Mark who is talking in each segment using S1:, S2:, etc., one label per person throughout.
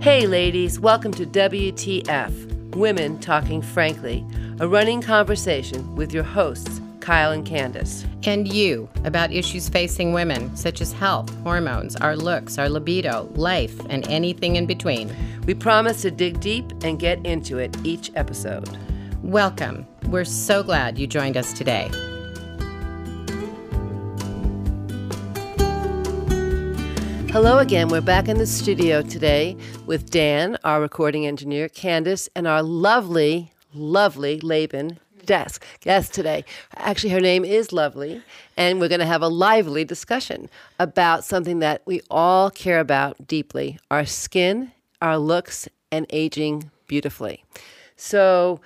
S1: Hey, ladies, welcome to WTF Women Talking Frankly, a running conversation with your hosts, Kyle and Candace.
S2: and you about issues facing women, such as health, hormones, our looks, our libido, life, and anything in between.
S1: We promise to dig deep and get into it each episode.
S2: Welcome. We're so glad you joined us today.
S1: Hello again. We're back in the studio today with Dan, our recording engineer, Candace, and our lovely, lovely Laban desk guest today. Actually, her name is Lovely, and we're going to have a lively discussion about something that we all care about deeply our skin, our looks, and aging beautifully. So,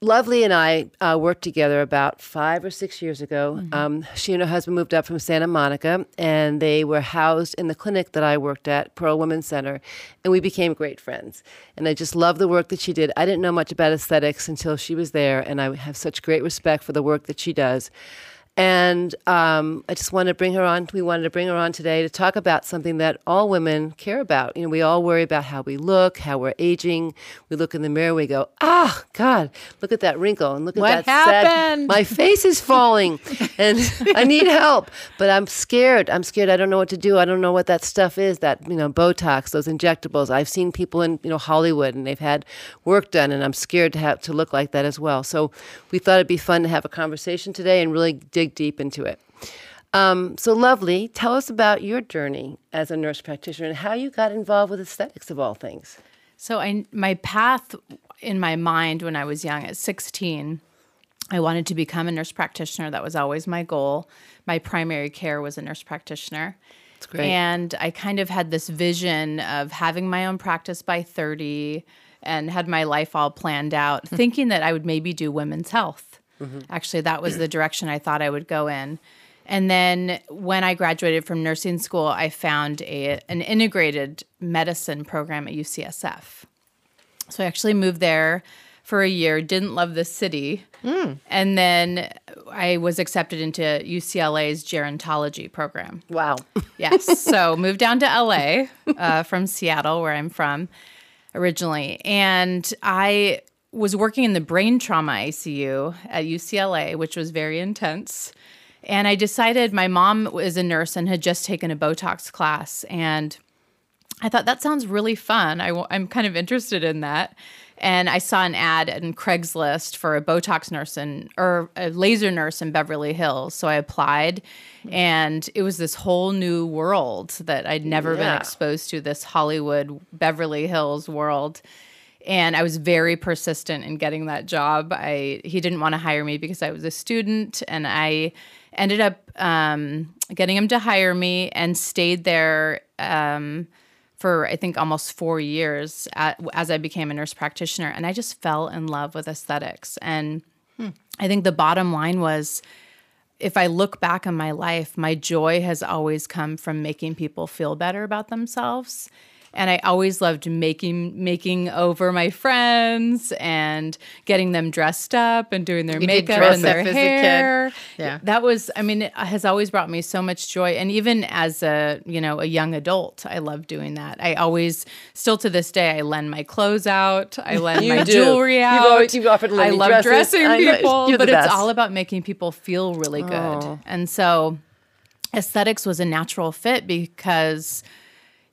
S1: Lovely and I uh, worked together about five or six years ago. Um, she and her husband moved up from Santa Monica, and they were housed in the clinic that I worked at, Pearl Women's Center, and we became great friends. And I just love the work that she did. I didn't know much about aesthetics until she was there, and I have such great respect for the work that she does. And um, I just wanted to bring her on. We wanted to bring her on today to talk about something that all women care about. You know, we all worry about how we look, how we're aging. We look in the mirror, we go, ah, God, look at that wrinkle and look at that
S2: What
S1: sad-
S2: happened?
S1: my face is falling and I need help, but I'm scared. I'm scared. I don't know what to do. I don't know what that stuff is that, you know, Botox, those injectables. I've seen people in, you know, Hollywood and they've had work done and I'm scared to have to look like that as well. So we thought it'd be fun to have a conversation today and really dig deep into it. Um, so lovely, tell us about your journey as a nurse practitioner and how you got involved with aesthetics of all things.
S3: So I my path in my mind when I was young at 16 I wanted to become a nurse practitioner. That was always my goal. My primary care was a nurse practitioner. That's
S1: great.
S3: And I kind of had this vision of having my own practice by 30 and had my life all planned out, thinking that I would maybe do women's health. Actually, that was the direction I thought I would go in. And then when I graduated from nursing school, I found a, an integrated medicine program at UCSF. So I actually moved there for a year, didn't love the city. And then I was accepted into UCLA's gerontology program.
S1: Wow.
S3: Yes. so moved down to LA uh, from Seattle, where I'm from originally. And I was working in the brain trauma ICU at UCLA, which was very intense. And I decided my mom was a nurse and had just taken a Botox class. And I thought that sounds really fun. I, am kind of interested in that. And I saw an ad in Craigslist for a Botox nurse in, or a laser nurse in Beverly Hills. So I applied, and it was this whole new world that I'd never
S1: Yeah.
S3: been exposed to this Hollywood, Beverly Hills world. And I was very persistent in getting that job. I he didn't want to hire me because I was a student, and I ended up um, getting him to hire me and stayed there um, for I think almost four years at, as I became a nurse practitioner, and I just fell in love with aesthetics. And I think the bottom line was, if I look back on my life, my joy has always come from making people feel better about themselves. And I always loved making making over my friends and getting them dressed up and doing their
S2: You did
S3: makeup
S2: dress
S3: and their
S2: up as a kid.
S3: hair
S2: Yeah.
S3: that was i mean it has always brought me so much joy and even as a you know a young adult i love doing that i always still to this day i lend my clothes out i lend
S1: You
S3: my
S1: do.
S3: jewelry
S1: You've
S3: out
S1: always- you've offered
S3: i
S1: lending
S3: love
S1: dresses.
S3: dressing
S1: I know.
S3: people
S1: You're the
S3: but it's
S1: best. Oh.
S3: all about making people feel really good and so aesthetics was a natural fit because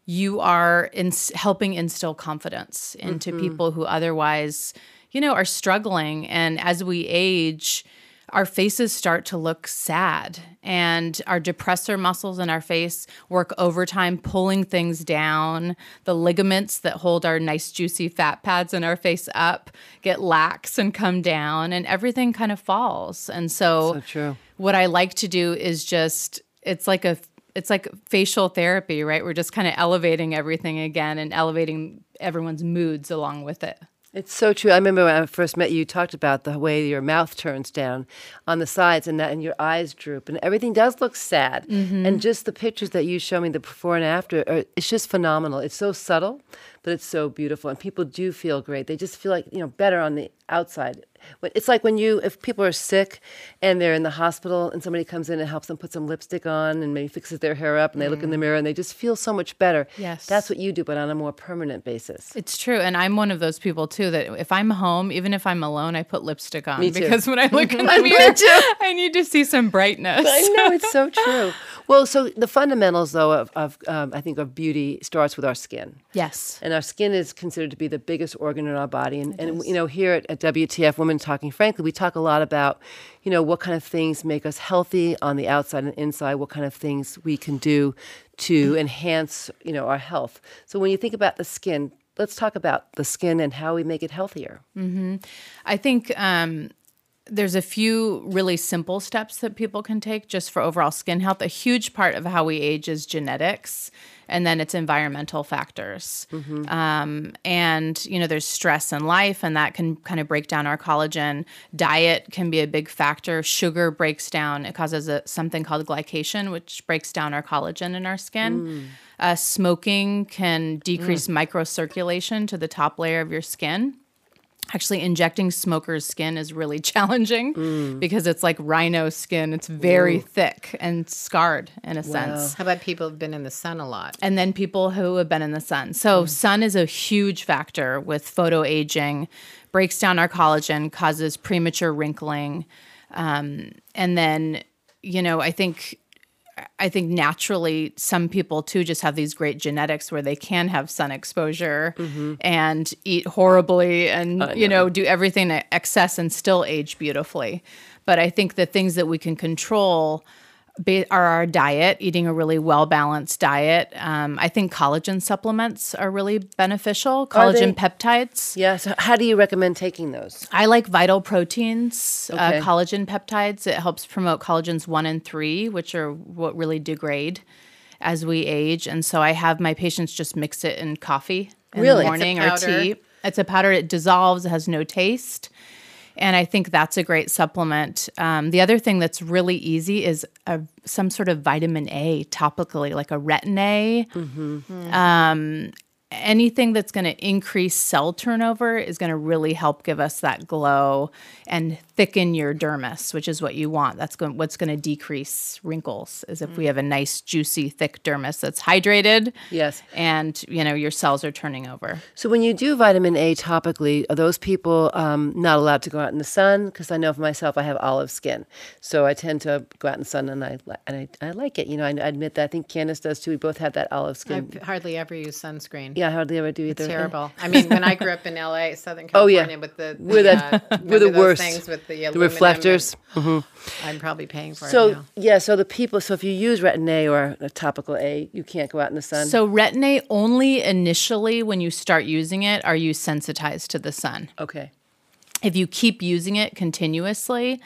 S3: you are in, helping instill confidence into
S1: Mm-hmm.
S3: people who otherwise, you know, are struggling. And as we age, our faces start to look sad, and our depressor muscles in our face work overtime, pulling things down. The ligaments that hold our nice, juicy fat pads in our face up get lax and come down, and everything kind of falls. And so,
S1: So true.
S3: what I like to do is just it's like a it's like facial therapy, right? We're just kind of elevating everything again and elevating everyone's moods along with it.
S1: It's so true. I remember when I first met you, you talked about the way your mouth turns down on the sides and that, and your eyes droop, and everything does look sad. And just the pictures that you show me, the before and after, are, it's just phenomenal. It's so subtle, but it's so beautiful, and people do feel great. They just feel like you know better on the outside. When- It's like when you, if people are sick and they're in the hospital and somebody comes in and helps them put some lipstick on and maybe fixes their hair up and they look in the mirror and they just feel so much better.
S3: Yes.
S1: That's what you do, but on a more permanent basis.
S3: It's true. And I'm one of those people too that if I'm home, even if I'm alone, I put lipstick on
S1: Me too.
S3: because when I look in the mirror, I need to see some brightness.
S1: I know it's so true. Well, so the fundamentals, though, of, of um, I think of beauty starts with our skin.
S3: Yes.
S1: And our skin is considered to be the biggest organ in our body. And, and you know, here at, at WTF Women Talking Frankly, we talk a lot about, you know, what kind of things make us healthy on the outside and inside, what kind of things we can do to enhance, you know, our health. So when you think about the skin, let's talk about the skin and how we make it healthier.
S3: I think um, there's a few really simple steps that people can take just for overall skin health. A huge part of how we age is genetics, and then it's environmental factors. Um, and, you know, there's stress in life, and that can kind of break down our collagen. Diet can be a big factor. Sugar breaks down, it causes a, something called glycation, which breaks down our collagen in our skin. Uh, smoking can decrease microcirculation to the top layer of your skin actually injecting smoker's skin is really challenging because it's like rhino skin it's very thick and scarred in a sense
S2: How about people who've been in the sun a lot?
S3: and then people who have been in the sun so sun is a huge factor with photo aging breaks down our collagen causes premature wrinkling um, and then you know i think I think naturally some people too just have these great genetics where they can have sun exposure
S1: Mm-hmm.
S3: and eat horribly and you know do everything in excess and still age beautifully. But I think the things that we can control ba- are our diet, eating a really well balanced diet. Um, I think collagen supplements are really beneficial.
S1: Are they-
S3: Collagen peptides.
S1: Yeah. So how do you recommend taking those?
S3: I like Vital Proteins,
S1: Okay.
S3: uh, collagen peptides. It helps promote collagens one and three, which are what really degrade as we age. And so I have my patients just mix it in coffee in
S1: Really? It's
S3: the
S1: a
S3: morning or
S2: powder.
S3: tea. It's a powder. It dissolves. It has no taste. And I think that's a great supplement. Um, the other thing that's really easy is a, some sort of vitamin A topically, like a retin A anything that's going to increase cell turnover is going to really help give us that glow and thicken your dermis, which is what you want. That's going, what's going to decrease wrinkles is if we have a nice, juicy, thick dermis that's hydrated.
S1: Yes.
S3: And you know your cells are turning over.
S1: So when you do vitamin A topically, are those people um, not allowed to go out in the sun? Because I know for myself, I have olive skin, so I tend to go out in the sun, and I li- and I, I like it. You know, I, I admit that. I think Candace does too. We both have that olive skin.
S2: I hardly ever use sunscreen.
S1: yeah, I hardly ever do either.
S2: It's terrible. I mean, when I grew up in LA, Southern
S1: Oh, yeah.
S2: California, with the,
S1: We're
S2: the,
S1: the-
S2: uh,
S1: we're the
S2: remember those
S1: worst.
S2: things with the,
S1: The
S2: aluminum and-
S1: reflectors. Mm-hmm.
S2: I'm probably paying for it
S1: So
S2: now.
S1: yeah, so the people. So if you use retin A or a topical A, you can't go out in the sun.
S3: So retin-A only initially when you start using it are you sensitized to the sun.
S1: okay,
S3: if you keep using it continuously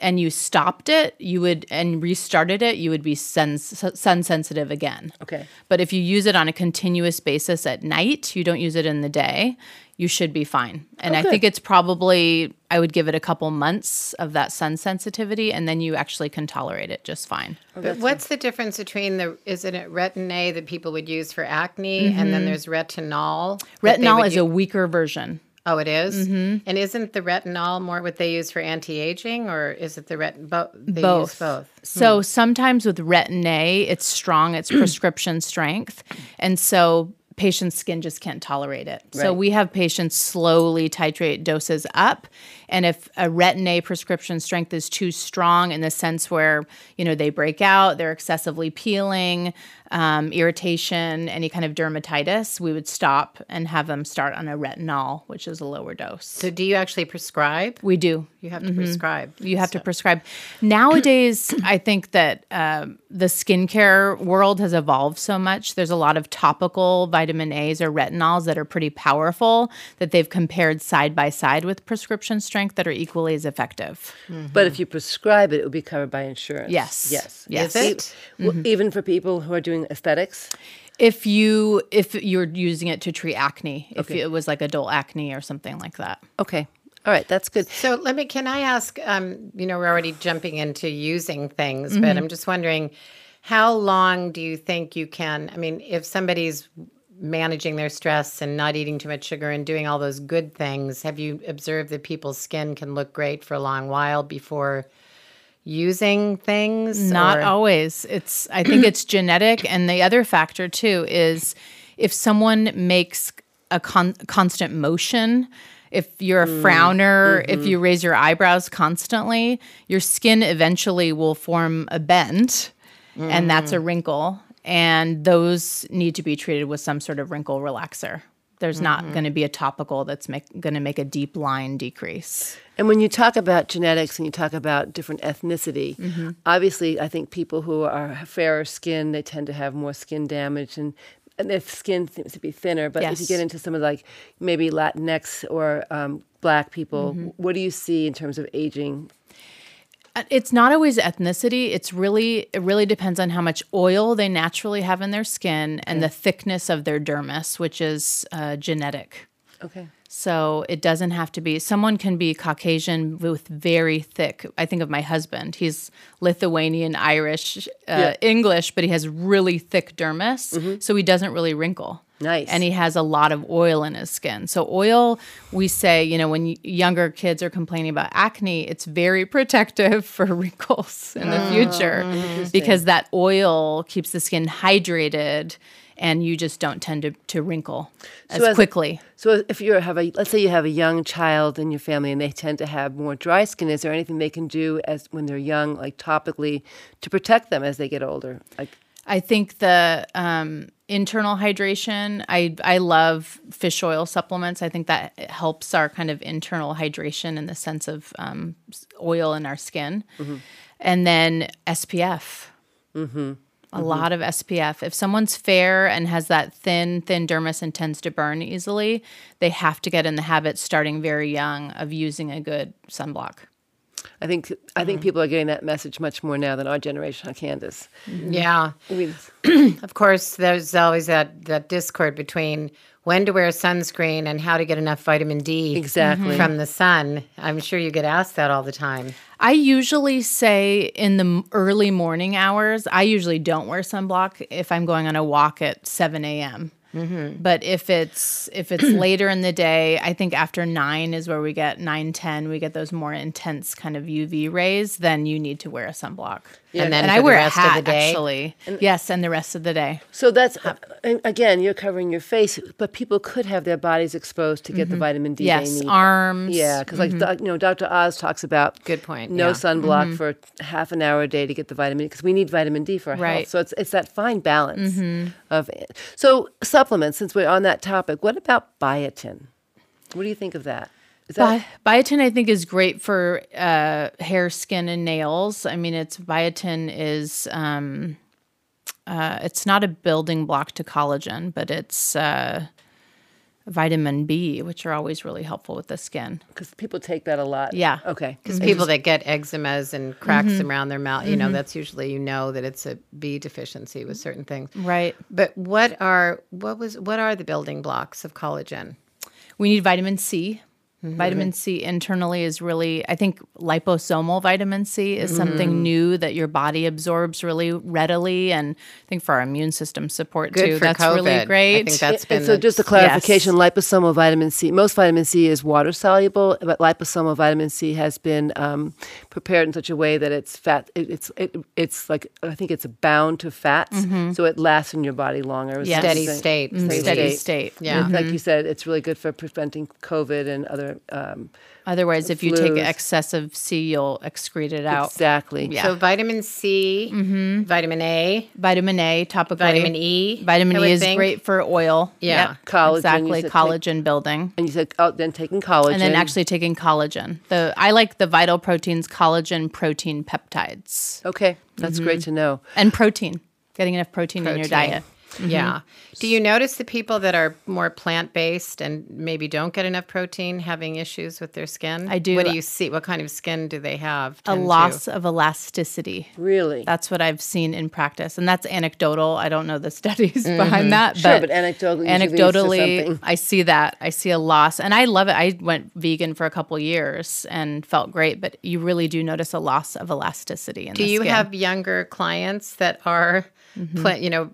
S3: and you stopped it you would and restarted it you would be sun, sun sensitive again
S1: okay,
S3: but if you use it on a continuous basis at night you don't use it in the day you should be fine and i
S1: good.
S3: think it's probably i would give it a couple months of that sun sensitivity and then you actually can tolerate it just fine
S2: But what's the difference between the isn't it retin A that people would use for acne, and
S1: Mm-hmm.
S2: then there's retinol? that they
S3: retinol
S2: would
S3: is
S2: u-
S3: a weaker version
S2: oh, it is?
S3: Mm-hmm.
S2: and isn't the retinol more what they use for anti-aging, or is it the retin? Bo- they use both. Hmm.
S3: So sometimes with retin A, it's strong, it's prescription strength. And so patients' skin just can't tolerate it. So
S1: Right.
S3: we have patients slowly titrate doses up. And if a retin A prescription strength is too strong in the sense where, you know, they break out, they're excessively peeling, um, irritation, any kind of dermatitis, we would stop and have them start on a retinol, which is a lower dose.
S2: So do you actually prescribe?
S3: We do.
S2: You have to prescribe.
S3: You have to prescribe. Nowadays, I think that um, the skincare world has evolved so much. There's a lot of topical vitamin A's or retinols that are pretty powerful that they've compared side by side with prescription strength that are equally as effective.
S1: but if you prescribe it, it would be covered by insurance.
S3: Yes.
S1: Mm-hmm. yes, Mm-hmm.
S3: Yes.
S2: Is it?
S1: Well, Even for people who are doing aesthetics.
S3: If you if you're using it to treat acne, if it was like adult acne or something like that.
S1: Okay, all right, that's good.
S2: So let me. Can I ask? Um, you know, we're already jumping into using things,
S3: Mm-hmm.
S2: but I'm just wondering, how long do you think you can? I mean, if somebody's managing their stress and not eating too much sugar and doing all those good things, have you observed that people's skin can look great for a long while before using things?
S3: Not
S2: or-
S3: always. It's I think it's genetic, and the other factor too is if someone makes a con- constant motion. If you're a frowner, if you raise your eyebrows constantly, your skin eventually will form a bend, and that's a wrinkle. And those need to be treated with some sort of wrinkle relaxer. There's not going to be a topical that's make, going to make a deep line decrease.
S1: And when you talk about genetics and you talk about different ethnicity, obviously, I think people who are have fairer skin they tend to have more skin damage and. And their skin seems to be thinner, but if you
S3: Yes.
S1: get into some of like maybe Latinx or um, Black people, what do you see in terms of aging?
S3: Uh, It's not always ethnicity. It's really it really depends on how much oil they naturally have in their skin and the thickness of their dermis, which is uh, genetic.
S1: Okay,
S3: So it doesn't have to be. Someone can be Caucasian with very thick. I think of my husband. He's Lithuanian, Irish, uh,
S1: Yeah.
S3: English, but he has really thick dermis, so he doesn't really wrinkle.
S1: Nice.
S3: And he has a lot of oil in his skin. So oil, we say, you know, when y- younger kids are complaining about acne, it's very protective for wrinkles in the future because that oil keeps the skin hydrated. And you just don't tend to, to wrinkle as,
S1: as-
S3: quickly.
S1: so if you have a let's say you have a young child in your family and they tend to have more dry skin, is there anything they can do as when they're young, like topically, to protect them as they get older? Like
S3: I think the um, internal hydration. I I love fish oil supplements. I think that helps our kind of internal hydration in the sense of um, s- oil in our skin, and then SPF. A lot of SPF. If someone's fair and has that thin, thin dermis and tends to burn easily, they have to get in the habit starting very young of using a good sunblock.
S1: I think I
S3: Mm.
S1: think people are getting that message much more now than our generation, huh, Candace?
S2: yeah.
S1: I mean,
S2: Of course, there's always that, that discord between when to wear sunscreen and how to get enough vitamin D
S1: Exactly.
S2: from the sun. I'm sure you get asked that all the time.
S3: I usually say in the m- early morning hours, I usually don't wear sunblock if I'm going on a walk at 7 a.m.
S2: Mm-hmm.
S3: But if it's if it's later in the day, I think after nine is where we get nine ten. We get those more intense kind of UV rays. Then you need to wear a sunblock.
S2: And then
S3: and
S2: for
S3: I
S2: the
S3: wear
S2: rest
S3: a
S2: of the
S3: hat
S2: day?
S3: actually. yes, and the rest of the day.
S1: so that's and again, you're covering your face, but people could have their bodies exposed to get the vitamin D they
S3: Mm-hmm. Yes,
S1: need.
S3: arms. Mm-hmm.
S1: yeah, because like doc- you know, Dr. Oz talks about
S2: Good point,
S1: No
S2: yeah.
S1: sunblock for half an hour a day to get the vitamin because we need vitamin D for our health.
S3: Right. Mm-hmm.
S1: So it's it's that fine balance of it. So supplements. Since we're on that topic, what about biotin? What do you think of that? Is that
S3: Bi- biotin, I think, is great for uh, hair, skin, and nails. I mean, it's biotin is um, uh, it's not a building block to collagen, but it's uh, vitamin B, which are always really helpful with the skin.
S1: because people take that a lot?
S3: Yeah.
S1: Okay.
S2: Because people that get eczemas and cracks
S3: Mm-hmm.
S2: around their mouth, you know, that's usually you know that it's a B deficiency with certain things.
S3: Right.
S2: But what are what was what are the building blocks of collagen?
S3: We need vitamin C.
S2: Mm-hmm.
S3: Vitamin C internally is really, I think, liposomal vitamin C
S2: Mm-hmm.
S3: is something new that your body absorbs really readily, and I think for our immune system support
S2: Good
S3: too.
S2: for
S3: that's
S2: COVID.
S3: really great.
S2: I think that's been
S1: And so,
S2: the-
S1: just a clarification: liposomal vitamin C. Most vitamin C is water soluble, but liposomal vitamin C has been um, prepared in such a way that it's fat. It, it's it, it's like I think it's bound to fats, so it lasts in your body longer. It's
S3: Mm-hmm. Yes. Mm-hmm.
S1: something-
S2: steady state.
S3: steady state. Mm-hmm.
S2: Yeah.
S1: It's Like you said, it's really good for preventing COVID and other. Um,
S3: Otherwise, if you take
S1: flus.
S3: excessive C, you'll excrete it out.
S1: exactly.
S3: Yeah.
S2: So vitamin C,
S3: Mm-hmm.
S2: vitamin A,
S3: Vitamin A topically.
S2: vitamin E.
S3: Vitamin
S2: I would
S3: E is
S2: think.
S3: great for oil.
S2: Yeah.
S1: Collagen, you
S3: Exactly.
S1: said take-
S3: Collagen building.
S1: And you said oh, then taking collagen.
S3: And then actually taking collagen. The I like the vital proteins, collagen protein peptides,
S1: Okay, that's great
S3: Mm-hmm.
S1: to know.
S3: and protein. Getting enough protein, Mm-hmm. in your
S2: Protein.
S3: diet.
S2: Yeah. Do you notice the people that are more plant based and maybe don't get enough protein having issues with their skin?
S3: I do.
S2: What do you see? What kind of skin do they have?
S3: A
S2: tend to-
S3: loss of elasticity.
S1: Really.
S3: That's what I've seen in practice, and that's anecdotal. I don't know the studies behind that,
S1: Mm-hmm. Sure,
S3: but,
S1: but anecdotally usually leads to something.
S3: anecdotally, I see that. I see a loss, and I love it. I went vegan for a couple years and felt great, but you really do notice a loss of elasticity. In Mm-hmm.
S2: Do you have younger clients that are, pla- you know,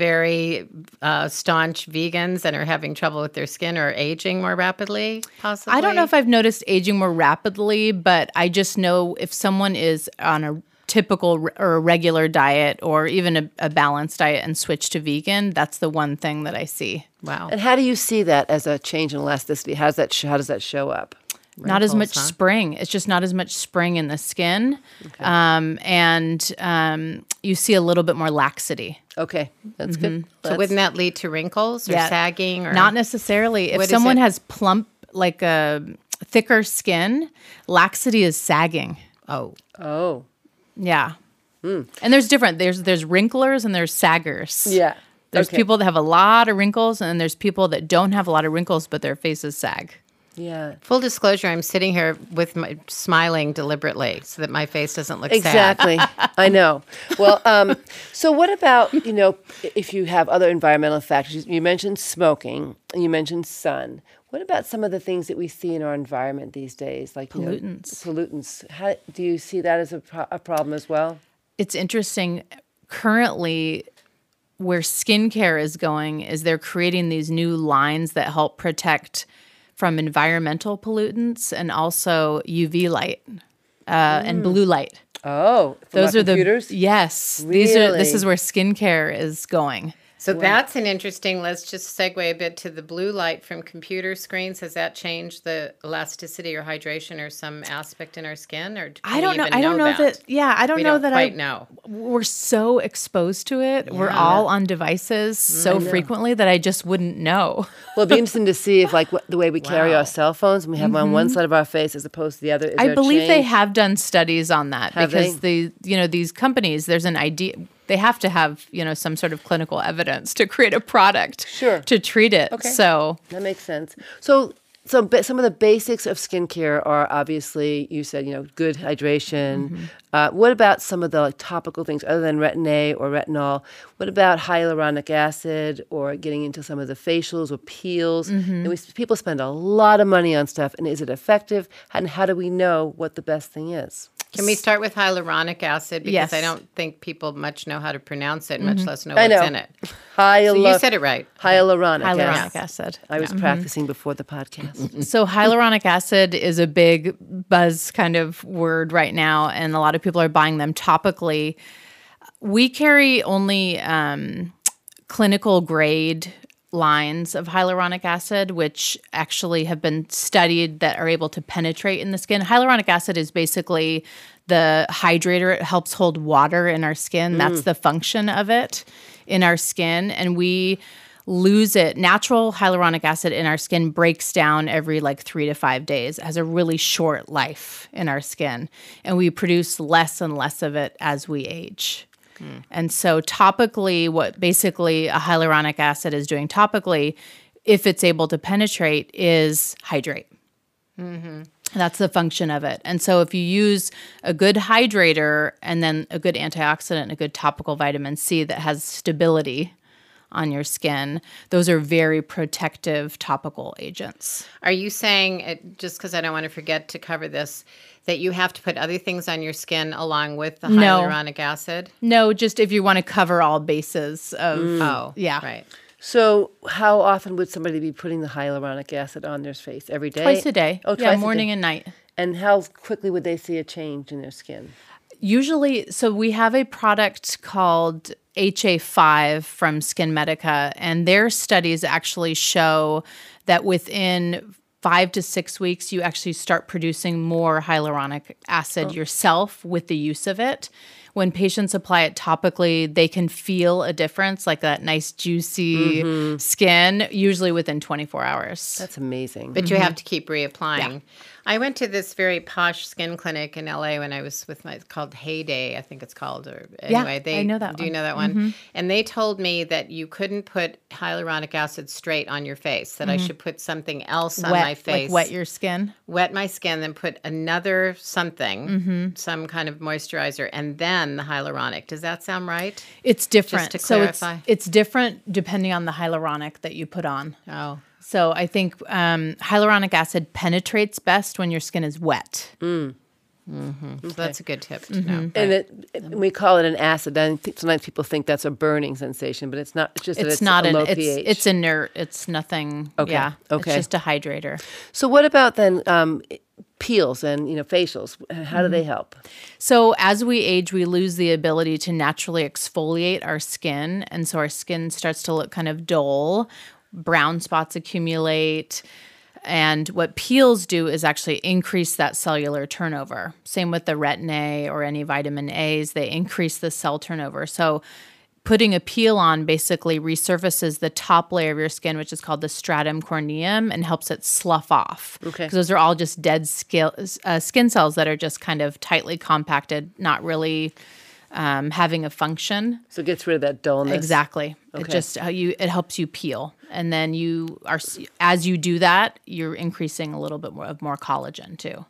S2: very uh, staunch vegans and are having trouble with their skin or aging more rapidly, possibly?
S3: I don't know if I've noticed aging more rapidly, but I just know if someone is on a typical re- or a regular diet or even a, a balanced diet and switch to vegan, that's the one thing that I see.
S2: Wow.
S1: And how do you see that as a change in elasticity? How's that? Sh- how does that show up?
S3: not as
S2: Wrinkles,
S3: much
S2: huh?
S3: spring. It's just not as much spring in the skin. Um, and um, you see a little bit more laxity.
S1: Okay, that's good.
S3: Mm-hmm.
S2: So wouldn't that lead to wrinkles or
S3: Yeah.
S2: sagging or
S3: Not necessarily. If
S2: What is
S3: someone
S2: it?
S3: has plump, like a thicker skin, laxity is sagging.
S2: Oh,
S1: oh,
S3: Yeah. And there's different. There's there's wrinklers and there's saggers.
S1: yeah.
S3: There's
S1: Okay.
S3: people that have a lot of wrinkles, and then there's people that don't have a lot of wrinkles, but their faces sag.
S1: Yeah.
S2: full disclosure, I'm sitting here with my smiling deliberately so that my face doesn't look sad.
S1: Exactly. I know. Well, um, so what about, you know, if you have other environmental factors? You mentioned smoking, and you mentioned sun. What about some of the things that we see in our environment these days, like you know,
S3: Pollutants.
S1: pollutants. How, do you see that as a, pro- a problem as well?
S3: it's interesting currently where skincare is going is they're creating these new lines that help protect from environmental pollutants and also UV light uh, and blue light.
S1: Oh, from
S3: Those
S1: our
S3: are
S1: Mm. computers?
S3: the yes. These are this
S1: Really?
S3: is where skincare is going.
S2: So that's an interesting. Let's just segue a bit to the blue light from computer screens. Has that changed the elasticity or hydration or some aspect in our skin? Or do
S3: I
S2: we
S3: don't know.
S2: even
S3: I don't know that. Yeah, I don't
S2: we
S3: know
S2: don't
S3: that
S2: quite
S3: I
S2: know.
S3: we're so exposed to it. We're all on devices
S1: Mm,
S3: so frequently that I just wouldn't know.
S1: Well, it'd be interesting to see if, like, what, the way we carry
S2: Wow.
S1: our cell phones and we have them on one side of our face as opposed to the other. Is there
S3: Mm-hmm. I
S1: a
S3: believe they
S1: change?
S3: have done studies on that
S1: Have
S3: because the you know these companies there's an idea they have to have you know some sort of clinical evidence to create a product
S1: Sure.
S3: to treat it. So
S1: That makes sense. So, so ba- some of the basics of skincare are obviously you said you know good hydration.
S2: Mm-hmm.
S1: Uh, what about some of the like, topical things other than retin A or retinol? What about hyaluronic acid or getting into some of the facials or peels?
S2: Mm-hmm.
S1: And we, s- people spend a lot of money on stuff, and is it effective? And how do we know what the best thing is?
S2: Can we start with hyaluronic acid because I
S3: Yes. Mm-hmm.
S2: don't think people much know how to pronounce it, much less know
S1: I
S2: what's
S1: know.
S2: in it. So
S1: Hyalur-
S2: you said it right.
S1: Hyaluronic,
S3: hyaluronic
S1: acid.
S3: acid.
S1: I was
S2: Mm-hmm.
S1: practicing before the podcast.
S3: So hyaluronic acid is a big buzz kind of word right now, and a lot of people are buying them topically. We carry only um, clinical grade lines of hyaluronic acid, which actually have been studied that are able to penetrate in the skin. Hyaluronic acid is basically the hydrator, it helps hold water in our skin. That's the function of it in our skin. And we lose it. Natural hyaluronic acid in our skin breaks down every like three to five days, It has a really short life in our skin. And we produce less and less of it as we age. And so, topically, what basically a hyaluronic acid is doing topically, if it's able to penetrate, is hydrate. Mm-hmm. That's the function of it. And so, if you use a good hydrator and then a good antioxidant, a good topical vitamin C that has stability on your skin, those are very protective topical agents.
S2: Are you saying, it, just because I don't want to forget to cover this, that you have to put other things on your skin along with the
S3: No.
S2: hyaluronic acid?
S3: No, just if you want to cover all bases of
S2: Oh,
S3: Mm. Yeah.
S2: Right.
S1: so, how often would somebody be putting the hyaluronic acid on their face every day?
S3: twice a day.
S1: Oh,
S3: yeah,
S1: twice a
S3: morning
S1: day.
S3: and night.
S1: And how quickly would they see a change in their skin?
S3: Usually, so we have a product called HA5 from Skin Medica, and their studies actually show that within five to six weeks, you actually start producing more hyaluronic acid
S2: Oh.
S3: yourself with the use of it. When patients apply it topically, they can feel a difference, like that nice, juicy
S2: Mm-hmm.
S3: skin, usually within 24 hours.
S1: That's amazing.
S2: But you
S3: Mm-hmm.
S2: have to keep reapplying. I went to this very posh skin clinic in LA when I was with my it's called Heyday, I think it's called. Or anyway, they
S3: I know that
S2: Do you
S3: one. Mm-hmm.
S2: know that one? And they told me that you couldn't put hyaluronic acid straight on your face. That I should put something else on my
S3: Mm-hmm. Wet, like
S2: face.
S3: wet your skin.
S2: wet my skin, then put another something,
S3: Mm-hmm.
S2: some kind of moisturizer, and then the hyaluronic. Does that sound right?
S3: It's different.
S2: to
S3: So
S2: clarify.
S3: it's, it's different depending on the hyaluronic that you put on.
S2: Oh.
S3: So
S1: Mm.
S3: I think um, hyaluronic acid penetrates best when your skin is wet.
S2: So that's a good tip
S3: Mm-hmm.
S2: to know.
S1: And it, it- we call it an acid. I think sometimes people think that's a burning sensation, but it's not. It's just that
S3: It's,
S1: it's,
S3: not
S1: a
S3: an
S1: low
S3: it's
S1: pH.
S3: it's inert. It's nothing.
S1: Okay,
S3: Yeah.
S1: okay.
S3: It's just a hydrator.
S1: so what about then um, peels and you know facials? How
S3: Mm-hmm.
S1: do they help?
S3: So as we age, we lose the ability to naturally exfoliate our skin, and so our skin starts to look kind of dull. Brown spots accumulate. And what peels do is actually increase that cellular turnover. Same with the retin A or any vitamin A's, they increase the cell turnover. So putting a peel on basically resurfaces the top layer of your skin, which is called the stratum corneum, and helps it slough off.
S1: Okay.
S3: 'Cause those are all just dead scale, uh, skin cells that are just kind of tightly compacted, not really um, having a function.
S1: So it gets rid of that dullness.
S3: Exactly. It
S1: Okay.
S3: just how you it helps you peel, and then you are s- as you do that, you're increasing a little bit more of more collagen too.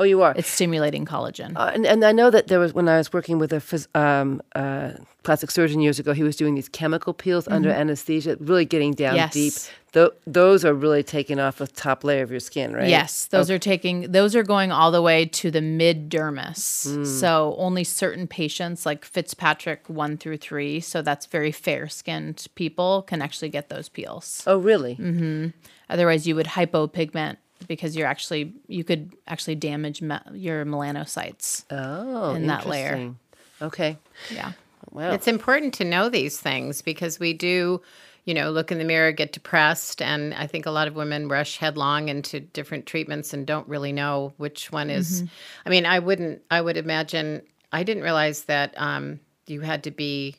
S1: Oh, you are.
S3: It's stimulating collagen.
S1: Uh, and, and I know that there was when I was working with a phys- um, uh, plastic surgeon years ago, he was doing these chemical peels under anesthesia, really getting down
S3: Mm-hmm. Yes.
S1: deep. Tho- those are really taking off the top layer of your skin, right?
S3: Yes, those are taking those are going all the way to the mid dermis.
S1: Hmm.
S3: So only certain patients like Fitzpatrick 1 through 3, so that's very fair-skinned people can actually get those peels.
S1: Oh, really?
S3: Mm-hmm. Otherwise you would hypopigment because you're actually you could actually damage me- your melanocytes.
S1: Oh,
S3: In that layer.
S1: interesting. Okay.
S3: Yeah.
S1: Wow.
S2: It's important to know these things because we do, you know, look in the mirror, get depressed, and I think a lot of women rush headlong into different treatments and don't really know which one is. I mean, I wouldn't. I would imagine. I didn't realize that um, you had to be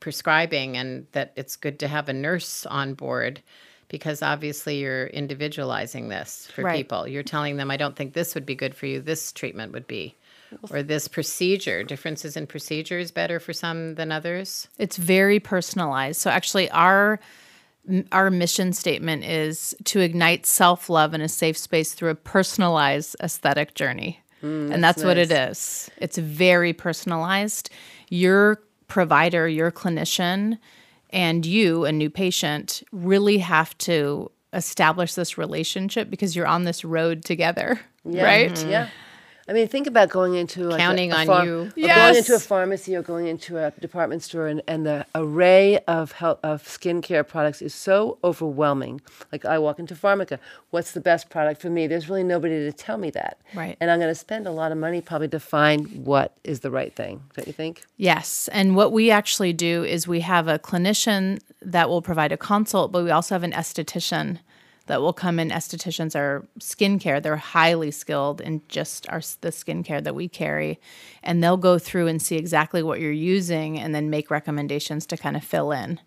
S2: prescribing, and that it's good to have a nurse on board. Because obviously you're individualizing this for
S3: Right.
S2: people. You're telling them, I don't think this would be good for you. This treatment would be or this procedure differences in procedures better for some than others
S3: It's very personalized. So actually our our mission statement is to ignite self-love in a safe space through a personalized aesthetic journey. and that's what it is. It's very personalized. Your provider, your clinician, and you, a new patient, really have to establish this relationship because you're on this road together, right?
S1: Yeah. I mean, think about going into like, a-
S2: Counting
S1: a
S2: on
S1: phar-
S2: you.
S1: or going
S3: Yes.
S1: into a pharmacy or going into a department store, and, and the array of health, of skincare products is so overwhelming. Like I walk into Pharmaca, what's the best product for me? There's really nobody to tell me that.
S3: Right.
S1: And I'm going to spend a lot of money probably to find what is the right thing. Don't you think?
S3: Yes. And what we actually do is we have a clinician that will provide a consult, but we also have an esthetician that will come in. Estheticians are skincare, they're highly skilled in just our, the skincare that we carry. And they'll go through and see exactly what you're using and then make recommendations to kind of fill in.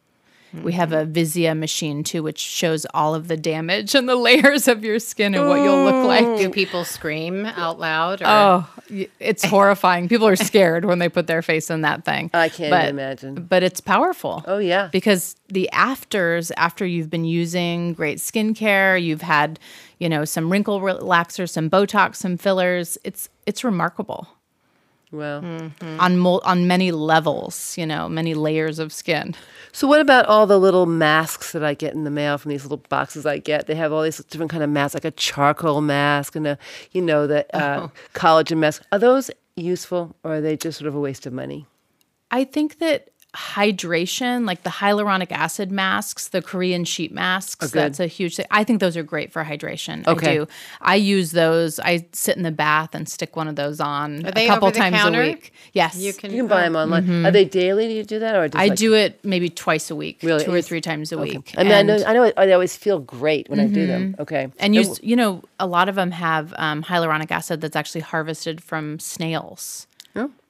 S3: We have a Visia machine too, which shows all of the damage and the layers of your skin and what you'll look
S1: Mm.
S3: like.
S2: do people scream out loud or
S3: Oh, y- it's horrifying. People are scared when they put their face in that thing.
S1: I can't
S3: But-
S1: imagine.
S3: But it's powerful.
S1: Oh, yeah.
S3: Because the afters after you've been using great skincare, you've had, you know, some wrinkle relaxers, some Botox, some fillers, it's it's remarkable
S1: Well. Mm-hmm.
S3: on mul- on many levels, you know, many layers of skin.
S1: So what about all the little masks that I get in the mail from these little boxes I get? They have all these different kind of masks, like a charcoal mask and a, you know, the uh, collagen mask. Are those useful or are they just sort of a waste of money?
S3: I think that hydration, like the hyaluronic acid masks, the Korean sheet masks,
S1: good.
S3: that's a huge thing. I think those are great for hydration.
S1: Okay.
S3: I do. I use those. I sit in the bath and stick one of those on
S2: they
S3: a couple
S2: over the
S3: times
S2: counter?
S3: a week. Yes.
S2: you can,
S1: You can buy them online. Are they daily? Do you do that or just
S3: I
S1: like-
S3: do it maybe twice a week,
S1: Really?
S3: two or
S1: It's-
S3: three times a week.
S1: I mean, I know,
S3: And-
S1: I know, I always feel great when I do them. Okay.
S3: and you, s- you know, a lot of them have um, hyaluronic acid that's actually harvested from snails.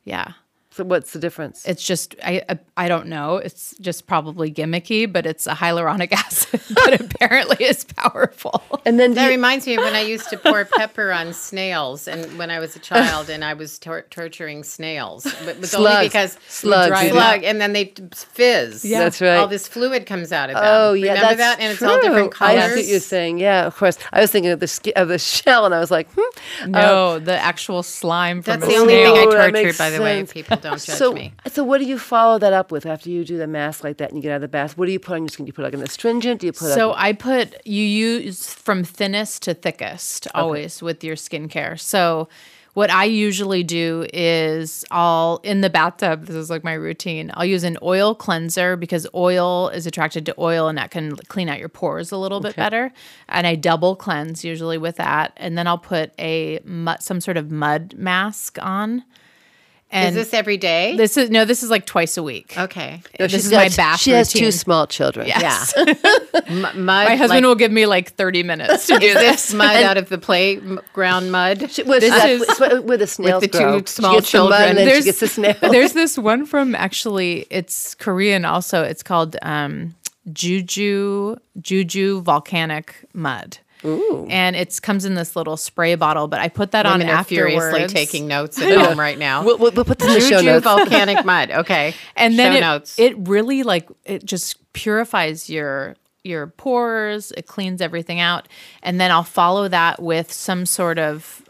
S3: Yeah.
S1: So what's the difference?
S3: It's just I I- I don't know. It's just probably gimmicky, but it's a hyaluronic acid that apparently is powerful.
S1: and then do
S2: that
S1: you-
S2: reminds me of when i used to pour pepper on snails and when i was a child and i was tor- torturing snails but it was
S1: Slugs.
S2: only because
S1: Slugs,
S2: Dry
S1: you know.
S2: slug and then they fizz yeah
S1: That's right.
S2: all this fluid comes out of them
S1: Oh yeah,
S2: remember
S1: that's
S2: that and it's all different
S1: true. I see what
S2: colors
S1: you're saying. Yeah, of course. I was thinking of the ski- of the shell, and I was like, hmm. uh,
S3: No, the actual slime from
S2: that's
S3: a
S2: the only thing i
S1: Oh,
S3: snail.
S1: that
S2: tortured
S1: makes
S2: by the way
S1: sense.
S2: people don't judge
S1: so,
S2: me
S1: So what do you follow that up with after you do the mask like that and you get out of the bath? What do you put on your skin? Do you put like an astringent? Do you put
S3: So
S1: like,
S3: I put you use from thinnest to thickest always with your skincare. So What I usually do is I'll in the bathtub, this is like my routine. I'll use an oil cleanser because oil is attracted to oil and that can clean out your pores a little bit better. And I double cleanse usually with that. And then I'll put a mu- some sort of mud mask on.
S2: Is
S3: And
S2: this every day?
S3: this is no, this is like twice a week.
S2: okay.
S3: This
S1: She's
S3: is my
S1: got-
S3: bath
S1: She has two
S3: routine.
S1: small children.
S2: Yeah.
S3: Yes.
S2: M- mud.
S3: My husband will give me like 30 minutes to do
S2: Is
S3: this.
S2: this mud out of the playground mud?
S1: With,
S3: This
S1: uh,
S3: is-
S1: it's what- with the snails
S2: the two
S1: grow.
S2: small
S1: she gets the bun
S2: children.
S1: and then she
S3: There's-
S1: gets the snail.
S3: There's this one from actually it's Korean also. It's called um Juju Juju volcanic mud. And it comes in this little spray bottle, but I put that
S2: Women
S3: on
S2: are
S3: afterwards.
S2: furiously taking notes at home right now.
S1: We'll, we'll, we'll put this in the show
S2: Juju
S1: notes.
S2: volcanic mud. Okay.
S3: and then
S2: show
S3: it,
S2: notes.
S3: it really like it just purifies your your pores it cleans everything out and then i'll follow that with some sort of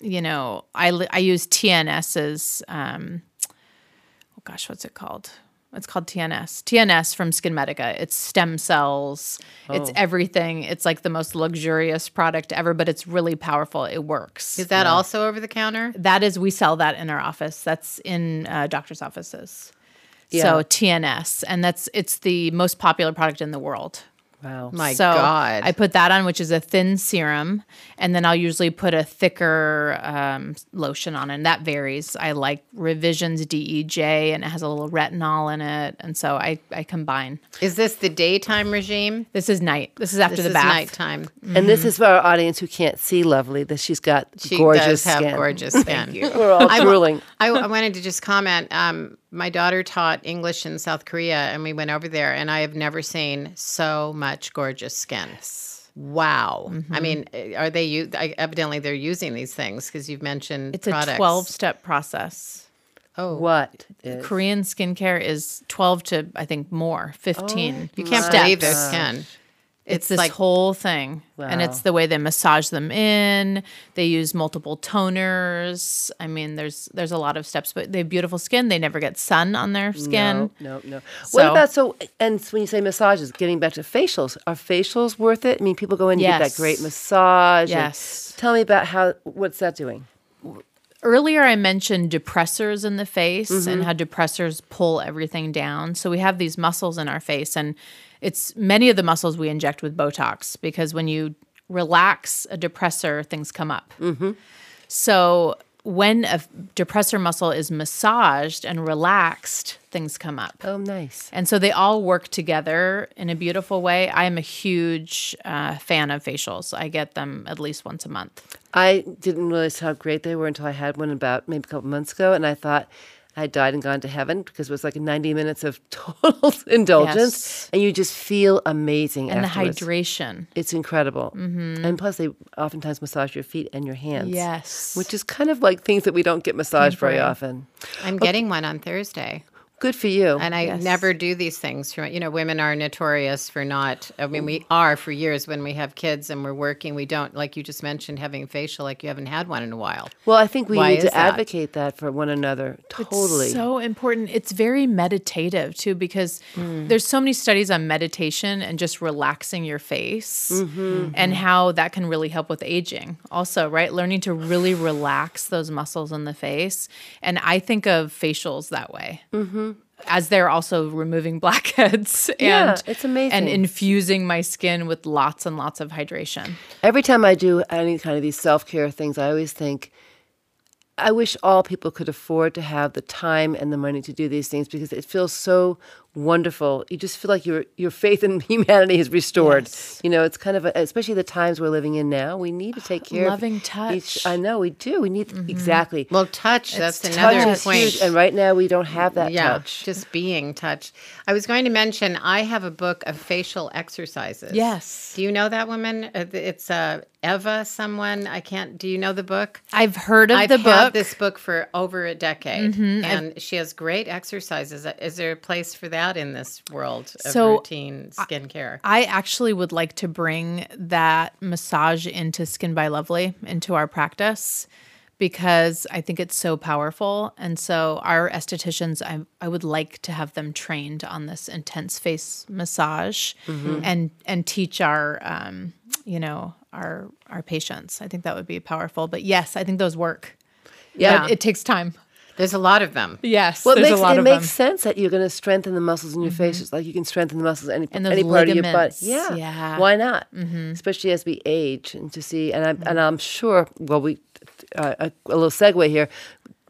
S3: you know i li- i use tns's um oh gosh what's it called it's called TNS. TNS from Skinmedica. It's stem cells. It's
S2: Oh.
S3: everything. It's like the most luxurious product ever, but it's really powerful. It works.
S2: Is that also over the counter?
S3: That is, we sell that in our office. That's in uh, doctors' offices.
S1: Yeah.
S3: So TNS, and that's it's the most popular product in the world.
S1: Wow.
S2: My
S3: so
S2: God.
S3: I put that on, which is a thin serum, and then I'll usually put a thicker um, lotion on, and that varies. I like Revisions DEJ, and it has a little retinol in it, and so I I combine.
S2: Is this the daytime regime?
S3: This is night. This is after
S2: This
S3: the
S2: is
S3: bath.
S2: nighttime.
S1: And this is for our audience who can't see Lovely that she's got
S2: She
S1: gorgeous
S2: does have
S1: skin.
S2: gorgeous skin.
S1: We're all
S2: I,
S1: drooling.
S2: I, I wanted to just comment. Um, my daughter taught English in South Korea, and we went over there, and I have never seen so much gorgeous skin. Wow. I mean, eh, are they? u- I, evidently, they're using these things because you've mentioned
S3: It's
S2: products.
S3: a twelve step process.
S2: Oh,
S1: What? is-
S3: Korean skincare is 12 to I think more, 15.
S2: you can't
S3: steps.
S2: believe their skin.
S3: It's, this
S2: like-
S3: whole thing. And
S1: Wow.
S3: it's the way they massage them in. They use multiple toners. I mean, there's there's a lot of steps, but they have beautiful skin. They never get sun on their skin.
S1: No, no, no. What
S3: So-
S1: about so? And s- when you say massages, getting back to facials, are facials worth it? I mean, people go in and get that
S3: Yes.
S1: great massage. and-
S3: Yes.
S1: tell me about how. What's that doing?
S3: earlier I mentioned depressors in the face
S1: Mm-hmm.
S3: and how depressors pull everything down. So we have these muscles in our face and it's many of the muscles we inject with Botox because when you relax a depressor, things come up.
S1: Mm-hmm.
S3: So when a f- depressor muscle is massaged and relaxed, things come up.
S1: Oh, nice.
S3: And so they all work together in a beautiful way. I am a huge uh, fan of facials. I get them at least once a month.
S1: I didn't realize how great they were until I had one about maybe a couple months ago, and I thought I died and gone to heaven because it was like 90 minutes of total indulgence,
S3: Yes.
S1: and you just feel amazing.
S3: And
S1: afterwards.
S3: the hydration.
S1: It's incredible. Mm-hmm. And plus, they oftentimes massage your feet and your hands.
S3: Yes.
S1: Which is kind of like things that we don't get massaged very often.
S2: I'm getting one on Thursday.
S1: Good for you.
S2: And I never do these things. You know, women are notorious for not. I mean, we are for years when we have kids and we're working. We don't, like you just mentioned, having a facial like you haven't had one in a while.
S1: well, I think we
S2: Why
S1: need to
S2: is that?
S1: advocate that for one another. Totally.
S3: so important it's very meditative too because
S1: Mm.
S3: there's so many studies on meditation and just relaxing your face
S1: Mm-hmm.
S3: and how that can really help with aging also right learning to really relax those muscles in the face and i think of facials that way as they're also removing blackheads and
S1: Mm-hmm. Yeah, it's amazing.
S3: and infusing my skin with lots and lots of hydration
S1: Every time I do any kind of these self care things, I always think, I wish all people could afford to have the time and the money to do these things because it feels so wonderful. You just feel like your your faith in humanity is restored. You know, it's kind of a, especially the times we're living in now. We need to take care
S3: loving
S1: of
S3: touch.
S1: Each, I know we do. We need
S2: Mm-hmm.
S1: exactly.
S2: Well, touch, that's
S1: touch
S2: another
S1: is
S2: point.
S1: huge, and right now we don't have that
S2: yeah,
S1: touch.
S2: just being touched. I was going to mention I have a book of facial exercises.
S3: Yes.
S2: Do you know that woman? Uh, th- It's uh, Eva someone. I can't. Do you know the book?
S3: i've heard of
S2: I've
S3: the
S2: had
S3: book Mm-hmm,
S2: this book for over a decade, and she has great exercises. Uh, Is there a place for that in this world of
S3: So,
S2: routine skincare?
S3: I actually would like to bring that massage into Skin by Lovely into our practice because I think it's so powerful. And so our estheticians, I, I would like to have them trained on this intense face massage
S1: Mm-hmm.
S3: and and teach our um, you know our our patients. I think that would be powerful. But yes, I think those work.
S1: Yeah.
S2: Yeah.
S4: But it takes time.
S2: There's a lot of them.
S4: Yes,
S1: Well, it
S4: there's
S1: makes,
S4: a lot
S1: it
S4: of
S1: makes
S4: them. Mm-hmm.
S1: sense that you're going to strengthen the muscles in your face, just like you can strengthen the muscles any,
S4: And those
S1: any part of your body.
S4: ligaments, Mm-hmm.
S1: Yeah.
S3: yeah.
S1: Why not? Especially as we age and to see, and I'm, and I'm sure, well, we, uh, a, a little segue here.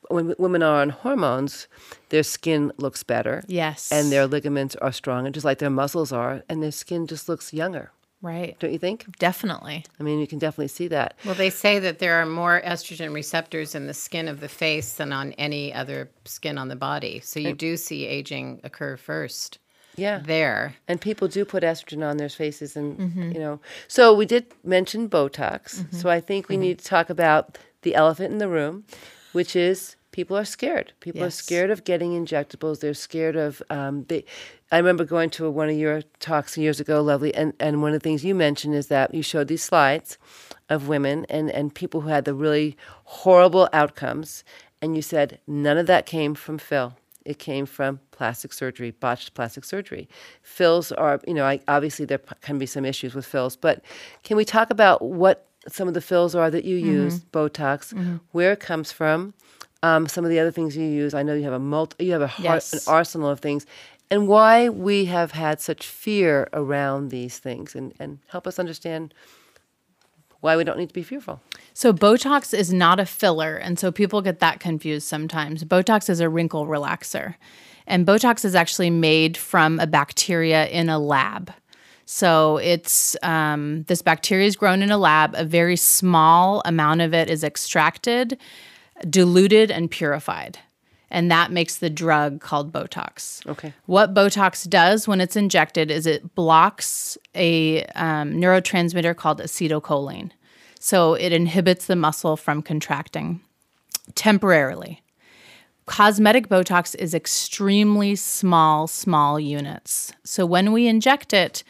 S1: When women are on hormones, their skin looks better.
S3: Yes.
S1: And their ligaments are stronger, just like their muscles are, and their skin just looks younger,
S3: right.
S1: don't you think?
S4: Definitely.
S1: I mean, you can definitely see that.
S2: Well, they say that there are more estrogen receptors in the skin of the face than on any other skin on the body. So you do see aging occur first
S1: Yeah.
S2: there.
S1: and people do put estrogen on their faces and you know so we did mention botox so i think we need to talk about the elephant in the room which is people are scared people are
S2: Yes.
S1: scared of getting injectables they're scared of um, they i remember going to one of your talks years ago lovely and, and one of the things you mentioned is that you showed these slides of women and, and people who had the really horrible outcomes and you said none of that came from phil it came from plastic surgery, botched plastic surgery. Fills are, you know, I, obviously there p- can be some issues with fills, but can we talk about what some of the fills are that you
S2: Mm-hmm.
S1: use, Botox, where it comes from, um, some of the other things you use? I know you have a multi, you have a har- an
S3: Yes.
S1: arsenal of things, and why we have had such fear around these things, and, and help us understand why we don't need to be fearful.
S3: So Botox is not a filler, and so people get that confused sometimes. Botox is a wrinkle relaxer, and Botox is actually made from a bacteria in a lab. So it's um, this bacteria is grown in a lab. A very small amount of it is extracted, diluted, and purified, and that makes the drug called Botox.
S1: Okay.
S3: What Botox does when it's injected is it blocks a um, neurotransmitter called acetylcholine. So it inhibits the muscle from contracting temporarily. Cosmetic Botox is extremely small, small units. So when we inject it,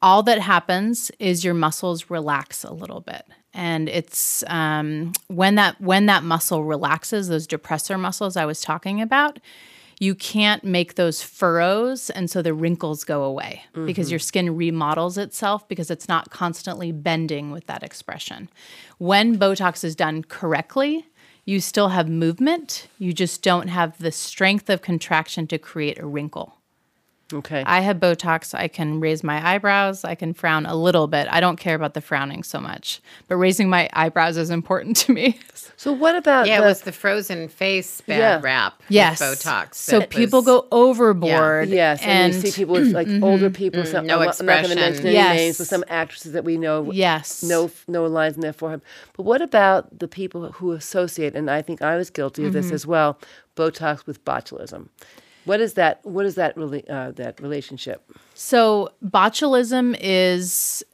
S3: all that happens is your muscles relax a little bit. And it's um, when that when that muscle relaxes, those depressor muscles I was talking about, you can't make those furrows, and so the wrinkles go away because your skin remodels itself because it's not constantly bending with that expression. When Botox is done correctly, you still have movement. You just don't have the strength of contraction to create a wrinkle.
S1: Okay.
S3: I have Botox. I can raise my eyebrows. I can frown a little bit. I don't care about the frowning so much, but raising my eyebrows is important to me.
S1: so what about
S2: Yeah,
S1: the-
S2: it was the frozen face bad
S1: Yeah.
S2: rap. with
S3: yes.
S2: Botox.
S3: So
S2: that
S3: people
S2: was-
S3: go overboard.
S1: Yes, and, you see people with, like older
S3: Mm-hmm.
S1: people. some,
S2: no
S1: I'm, not- I'm not going to mention
S2: expression.
S1: any
S3: Mm, Yes.
S1: names, but some actresses that we know.
S3: Yes.
S1: No, no lines in their forehead. But what about the people who associate? And I think I was guilty of this
S3: Mm-hmm.
S1: as well. Botox with botulism. What is that? What is that really? Uh, that relationship?
S3: So botulism is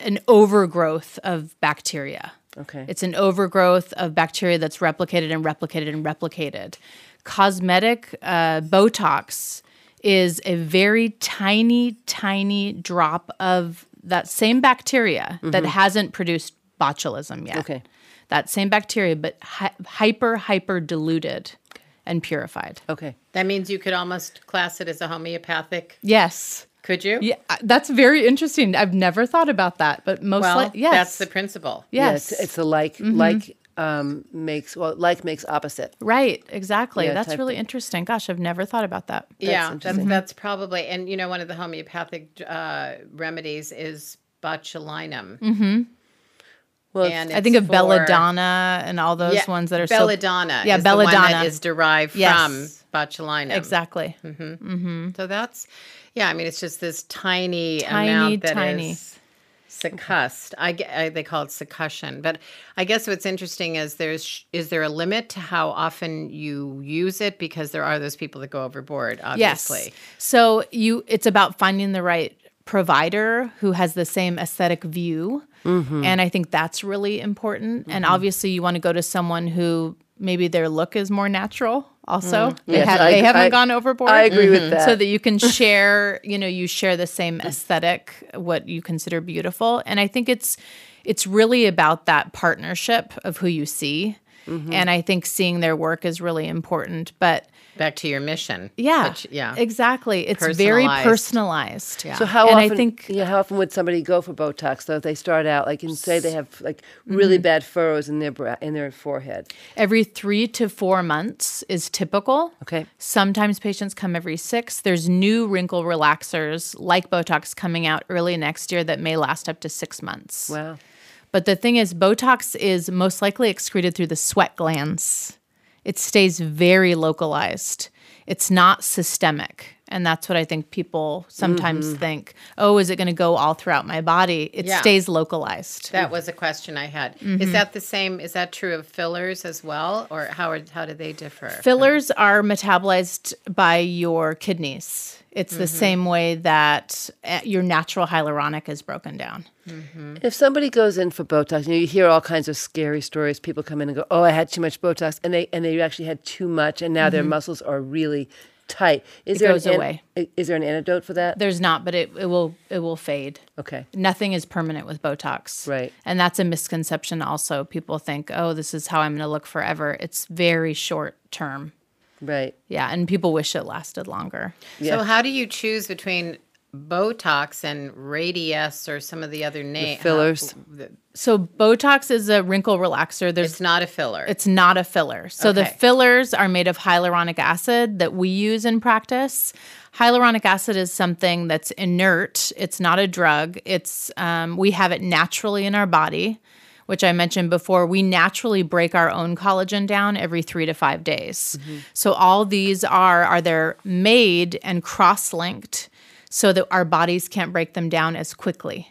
S3: an overgrowth of bacteria.
S1: Okay.
S3: It's an overgrowth of bacteria that's replicated and replicated and replicated. Cosmetic uh, Botox is a very tiny, tiny drop of that same bacteria that hasn't produced botulism yet.
S1: Mm-hmm. Okay.
S3: That same bacteria, but hy- hyper, hyper diluted and purified.
S1: okay.
S2: That means you could almost class it as a homeopathic.
S3: Yes.
S2: Could you?
S3: Yeah, uh, that's very interesting. I've never thought about that, but most
S2: Well,
S3: like yes,
S2: that's the principle.
S1: Yeah,
S3: yes, Mm-hmm.
S1: it's, it's a like like um, makes well like makes opposite.
S3: right, exactly.
S1: Yeah,
S3: that's
S1: type
S3: really
S1: of-
S3: interesting. Gosh, I've never thought about that.
S2: yeah, that's,
S1: interesting.
S2: that's probably. And you know, one of the homeopathic uh, remedies is botulinum.
S1: Well,
S2: And
S3: Mm-hmm. I think
S2: it's
S3: of
S2: for-
S3: belladonna and all those ones that are so-
S2: belladonna.
S3: Yeah,
S2: is the one that
S3: belladonna.
S2: is derived
S3: Yes.
S2: from botulinum.
S3: exactly.
S2: So that's, yeah. I mean, it's just this tiny,
S3: Tiny,
S2: amount that is
S3: tiny.
S2: succussed. I, ge- I they call it succussion, but I guess what's interesting is there's sh- is there a limit to how often you use it because there are those people that go overboard. Obviously,
S3: Yes. So you, it's about finding the right provider who has the same aesthetic view,
S1: Mm-hmm.
S3: and I think that's really important. And obviously, you want to go to someone who maybe their look is more natural. Also, they,
S1: Mm. Yes,
S3: ha-
S1: I-
S3: they haven't
S1: I-
S3: gone overboard. Mm-hmm.
S1: I agree with that.
S3: So that you can share, you know, you share the same aesthetic, what you consider beautiful. And I think it's it's really about that partnership of who you see.
S1: Mm-hmm.
S3: And I think seeing their work is really important. But
S2: Back to your mission.
S3: yeah,
S2: Which- yeah.
S3: exactly. It's very
S2: Personalized.
S3: personalized.
S1: So how
S3: and
S1: often?
S3: I think
S1: yeah, how often would somebody go for Botox though? If they start out like and say they have like really
S3: Mm-hmm.
S1: bad furrows in their bra- in their forehead.
S3: every three to four months is typical.
S1: Okay.
S3: Sometimes patients come every six. There's new wrinkle relaxers like Botox coming out early next year that may last up to six months.
S1: Wow.
S3: But the thing is, Botox is most likely excreted through the sweat glands. It stays very localized. It's not systemic. And that's what I think people sometimes think oh, is it going to go all throughout my body? It
S2: Yeah.
S3: stays localized.
S2: That was a question I had.
S3: Mm-hmm.
S2: Is that the same? Is that true of fillers as well, or how are, how do they differ?
S3: Fillers are metabolized by your kidneys. It's the same way that uh, your natural hyaluronic is broken down. Mm-hmm.
S1: If somebody goes in for Botox, you know, you hear all kinds of scary stories. People come in and go, "Oh, I had too much Botox," and they and they actually had too much, and now their muscles are really tight. Is
S3: Mm-hmm. It
S1: there
S3: goes
S1: an, an-
S3: away.
S1: i- Is there an antidote for that?
S3: There's not, but it, it will it will fade.
S1: okay.
S3: nothing is permanent with Botox.
S1: Right.
S3: And that's a misconception also. People think, oh, this is how I'm going to look forever. It's very short term.
S1: Right.
S3: Yeah. And people wish it lasted longer.
S1: Yeah.
S2: So how do you choose between Botox and Radius or some of the other names?
S1: fillers.
S3: So Botox is a wrinkle relaxer. There's
S2: It's not a filler.
S3: It's not a filler. So the
S2: Okay.
S3: fillers are made of hyaluronic acid that we use in practice. Hyaluronic acid is something that's inert. It's not a drug. It's um, we have it naturally in our body, which I mentioned before. We naturally break our own collagen down every three to five days. So all these are are they're made and cross linked, so that our bodies can't break them down as quickly.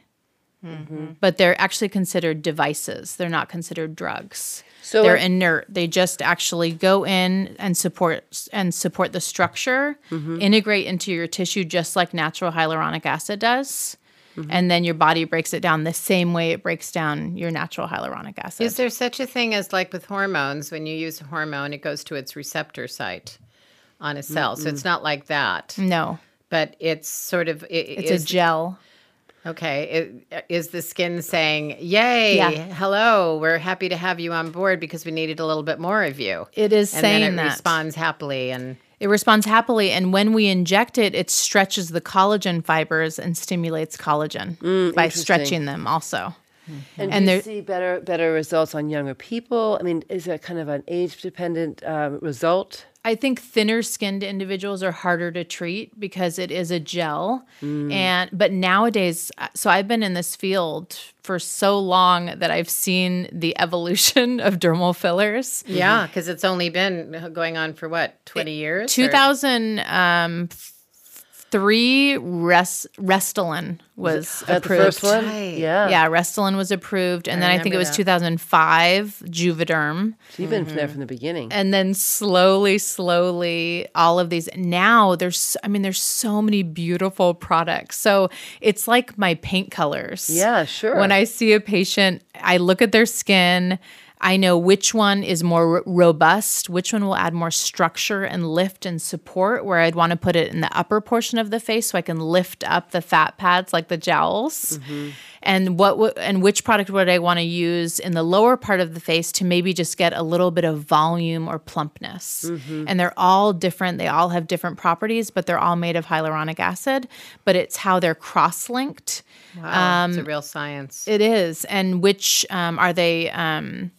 S3: But they're actually considered devices. They're not considered drugs
S1: So
S3: they're
S1: if-
S3: inert. They just actually go in and support and support the structure,
S2: Mm-hmm.
S3: integrate into your tissue just like natural hyaluronic acid does.
S2: Mm-hmm.
S3: And then your body breaks it down the same way it breaks down your natural hyaluronic acid.
S2: Is there such a thing as like with hormones when you use a hormone, it goes to its receptor site on a cell? So it's not like that,
S3: no,
S2: but it's sort of. It,
S3: Mm. it's
S2: is-
S3: a gel.
S2: Okay. i- Is the skin saying, Yay,
S3: Yeah.
S2: hello, we're happy to have you on board because we needed a little bit more of you?
S3: It is
S2: and
S3: saying
S2: then it
S3: that Mm-hmm.
S2: responds happily. And
S3: it responds happily, and when we inject it, it stretches the collagen fibers and stimulates collagen
S2: Mm,
S3: by stretching them. Also,
S1: And,
S3: Mm-hmm. And
S1: do you
S3: there-
S1: see better better results on younger people? I mean, is that kind of an age dependent um, result?
S3: I think thinner skinned individuals are harder to treat because it is a gel.
S1: Mm.
S3: And but nowadays uh, so I've been in this field for so long that I've seen the evolution of dermal fillers.
S2: yeah, because it's only been going on for what, 20 years? or-
S3: 2003 um, Res- Restylane was
S1: That the
S3: approved.
S1: first one?
S2: Right.
S1: Yeah.
S3: Yeah, Restylane was approved
S2: I
S3: and then I think
S2: remember
S3: it was
S2: that.
S3: 2005 Juvederm.
S1: So you've been there from the beginning.
S3: and then slowly slowly all of these now there's i mean there's so many beautiful products so it's like my paint colors
S1: Yeah, sure.
S3: when i see a patient i look at their skin i know which one is more r- robust which one will add more structure and lift and support where i'd want to put it in the upper portion of the face so i can lift up the fat pads like the jowls and what w- and which product would I want to use in the lower part of the face to maybe just get a little bit of volume or plumpness. And they're all different. They all have different properties, but they're all made of hyaluronic acid. But it's how they're cross-linked.
S2: Wow, it's a real science.
S3: um, It is, and which um, are they? Um,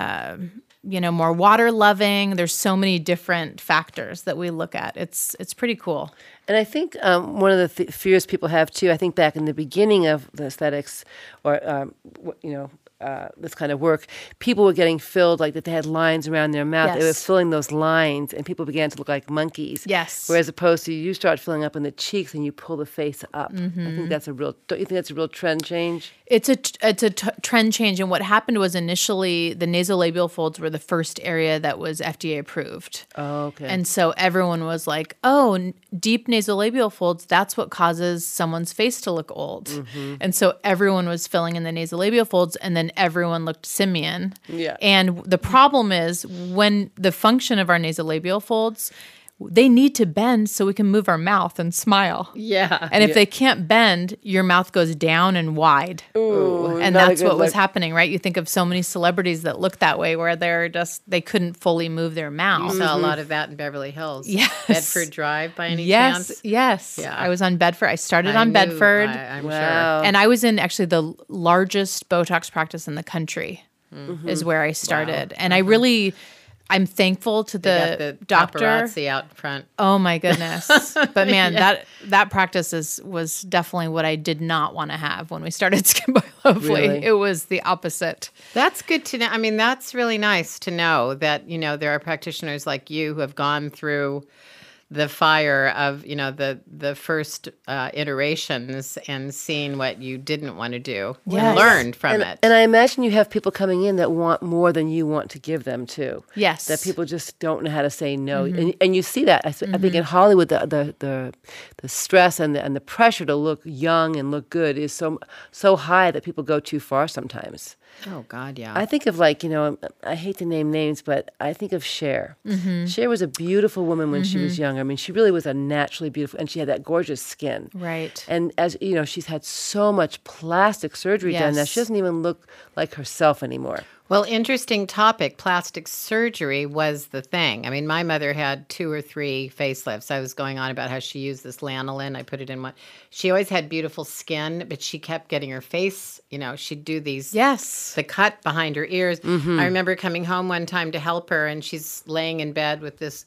S3: uh, you know, more water loving. There's so many different factors that we look at. It's it's pretty cool.
S1: And I think um, one of the th- fears people have too. I think back in the beginning of the aesthetics, or um, w- you know, uh, this kind of work, people were getting filled like that. They had lines around their mouth. They were
S3: Yes.
S1: filling those lines, and people began to look like monkeys.
S3: Yes.
S1: Whereas opposed to you start filling up in the cheeks and you pull the face up. I
S3: Mm-hmm.
S1: think that's a real. Don't you think that's a real trend change?
S3: It's a t- it's a t- trend change, and what happened was initially the nasolabial folds were the first area that was FDA approved,
S1: Oh, okay.
S3: and so everyone was like, "Oh, n- deep nasolabial folds—that's what causes someone's face to look old."
S1: Mm-hmm.
S3: And so everyone was filling in the nasolabial folds, and then everyone looked simian.
S1: Yeah.
S3: And w- the problem is when the function of our nasolabial folds. they need to bend so we can move our mouth and smile.
S2: Yeah.
S3: And if they can't bend, your mouth goes down and wide. and
S1: not a
S3: that's
S1: good
S3: what was
S1: look.
S3: happening, right? You think of so many celebrities that look that way where they're just they couldn't fully move their mouth.
S2: You saw a lot of that in Beverly Hills.
S3: Mm-hmm. Yes.
S2: Bedford Drive by any
S3: Yes,
S2: chance?
S3: yes.
S2: Yeah.
S3: I was on Bedford. I started
S2: I
S3: on
S2: knew-
S3: Bedford.
S2: I, am sure.
S1: Wow.
S3: and I was in actually the l- largest Botox practice in the country,
S2: Mm-hmm.
S3: is where I started. And I really, I'm thankful to
S2: Got
S3: the,
S2: the
S3: doctor.
S2: paparazzi out front.
S3: Oh my goodness! But man, that that practice is was definitely what I did not want to have when we started Skin by Lovely.
S1: Really?
S3: It was the opposite.
S2: That's good to know. I mean, that's really nice to know that, you know, there are practitioners like you who have gone through the fire of, you know, the the first uh, iterations and seen what you didn't want to do
S3: Yes.
S2: and learned from
S1: and,
S2: it.
S1: and I imagine you have people coming in that want more than you want to give them too.
S3: Yes.
S1: that people just don't know how to say no,
S2: Mm-hmm.
S1: and, and you see that. I, s- I think in Hollywood, the the the, the stress and the, and the pressure to look young and look good is so so high that people go too far sometimes.
S2: oh God, yeah.
S1: I think of like you know I hate to name names, but I think of Cher.
S2: Mm-hmm.
S1: Cher was a beautiful woman when she was young. I mean, she really was a naturally beautiful, and she had that gorgeous skin.
S3: Right.
S1: And as you know, she's had so much plastic surgery done that she
S3: Yes.
S1: doesn't even look like herself anymore.
S2: Well, interesting topic. Plastic surgery was the thing. I mean, my mother had two or three facelifts. I was going on about how she used this lanolin. I put it in one. She always had beautiful skin, but she kept getting her face, you know, she'd do these
S3: Yes.
S2: the cut behind her ears.
S1: Mm-hmm.
S2: I remember coming home one time to help her, and she's laying in bed with this.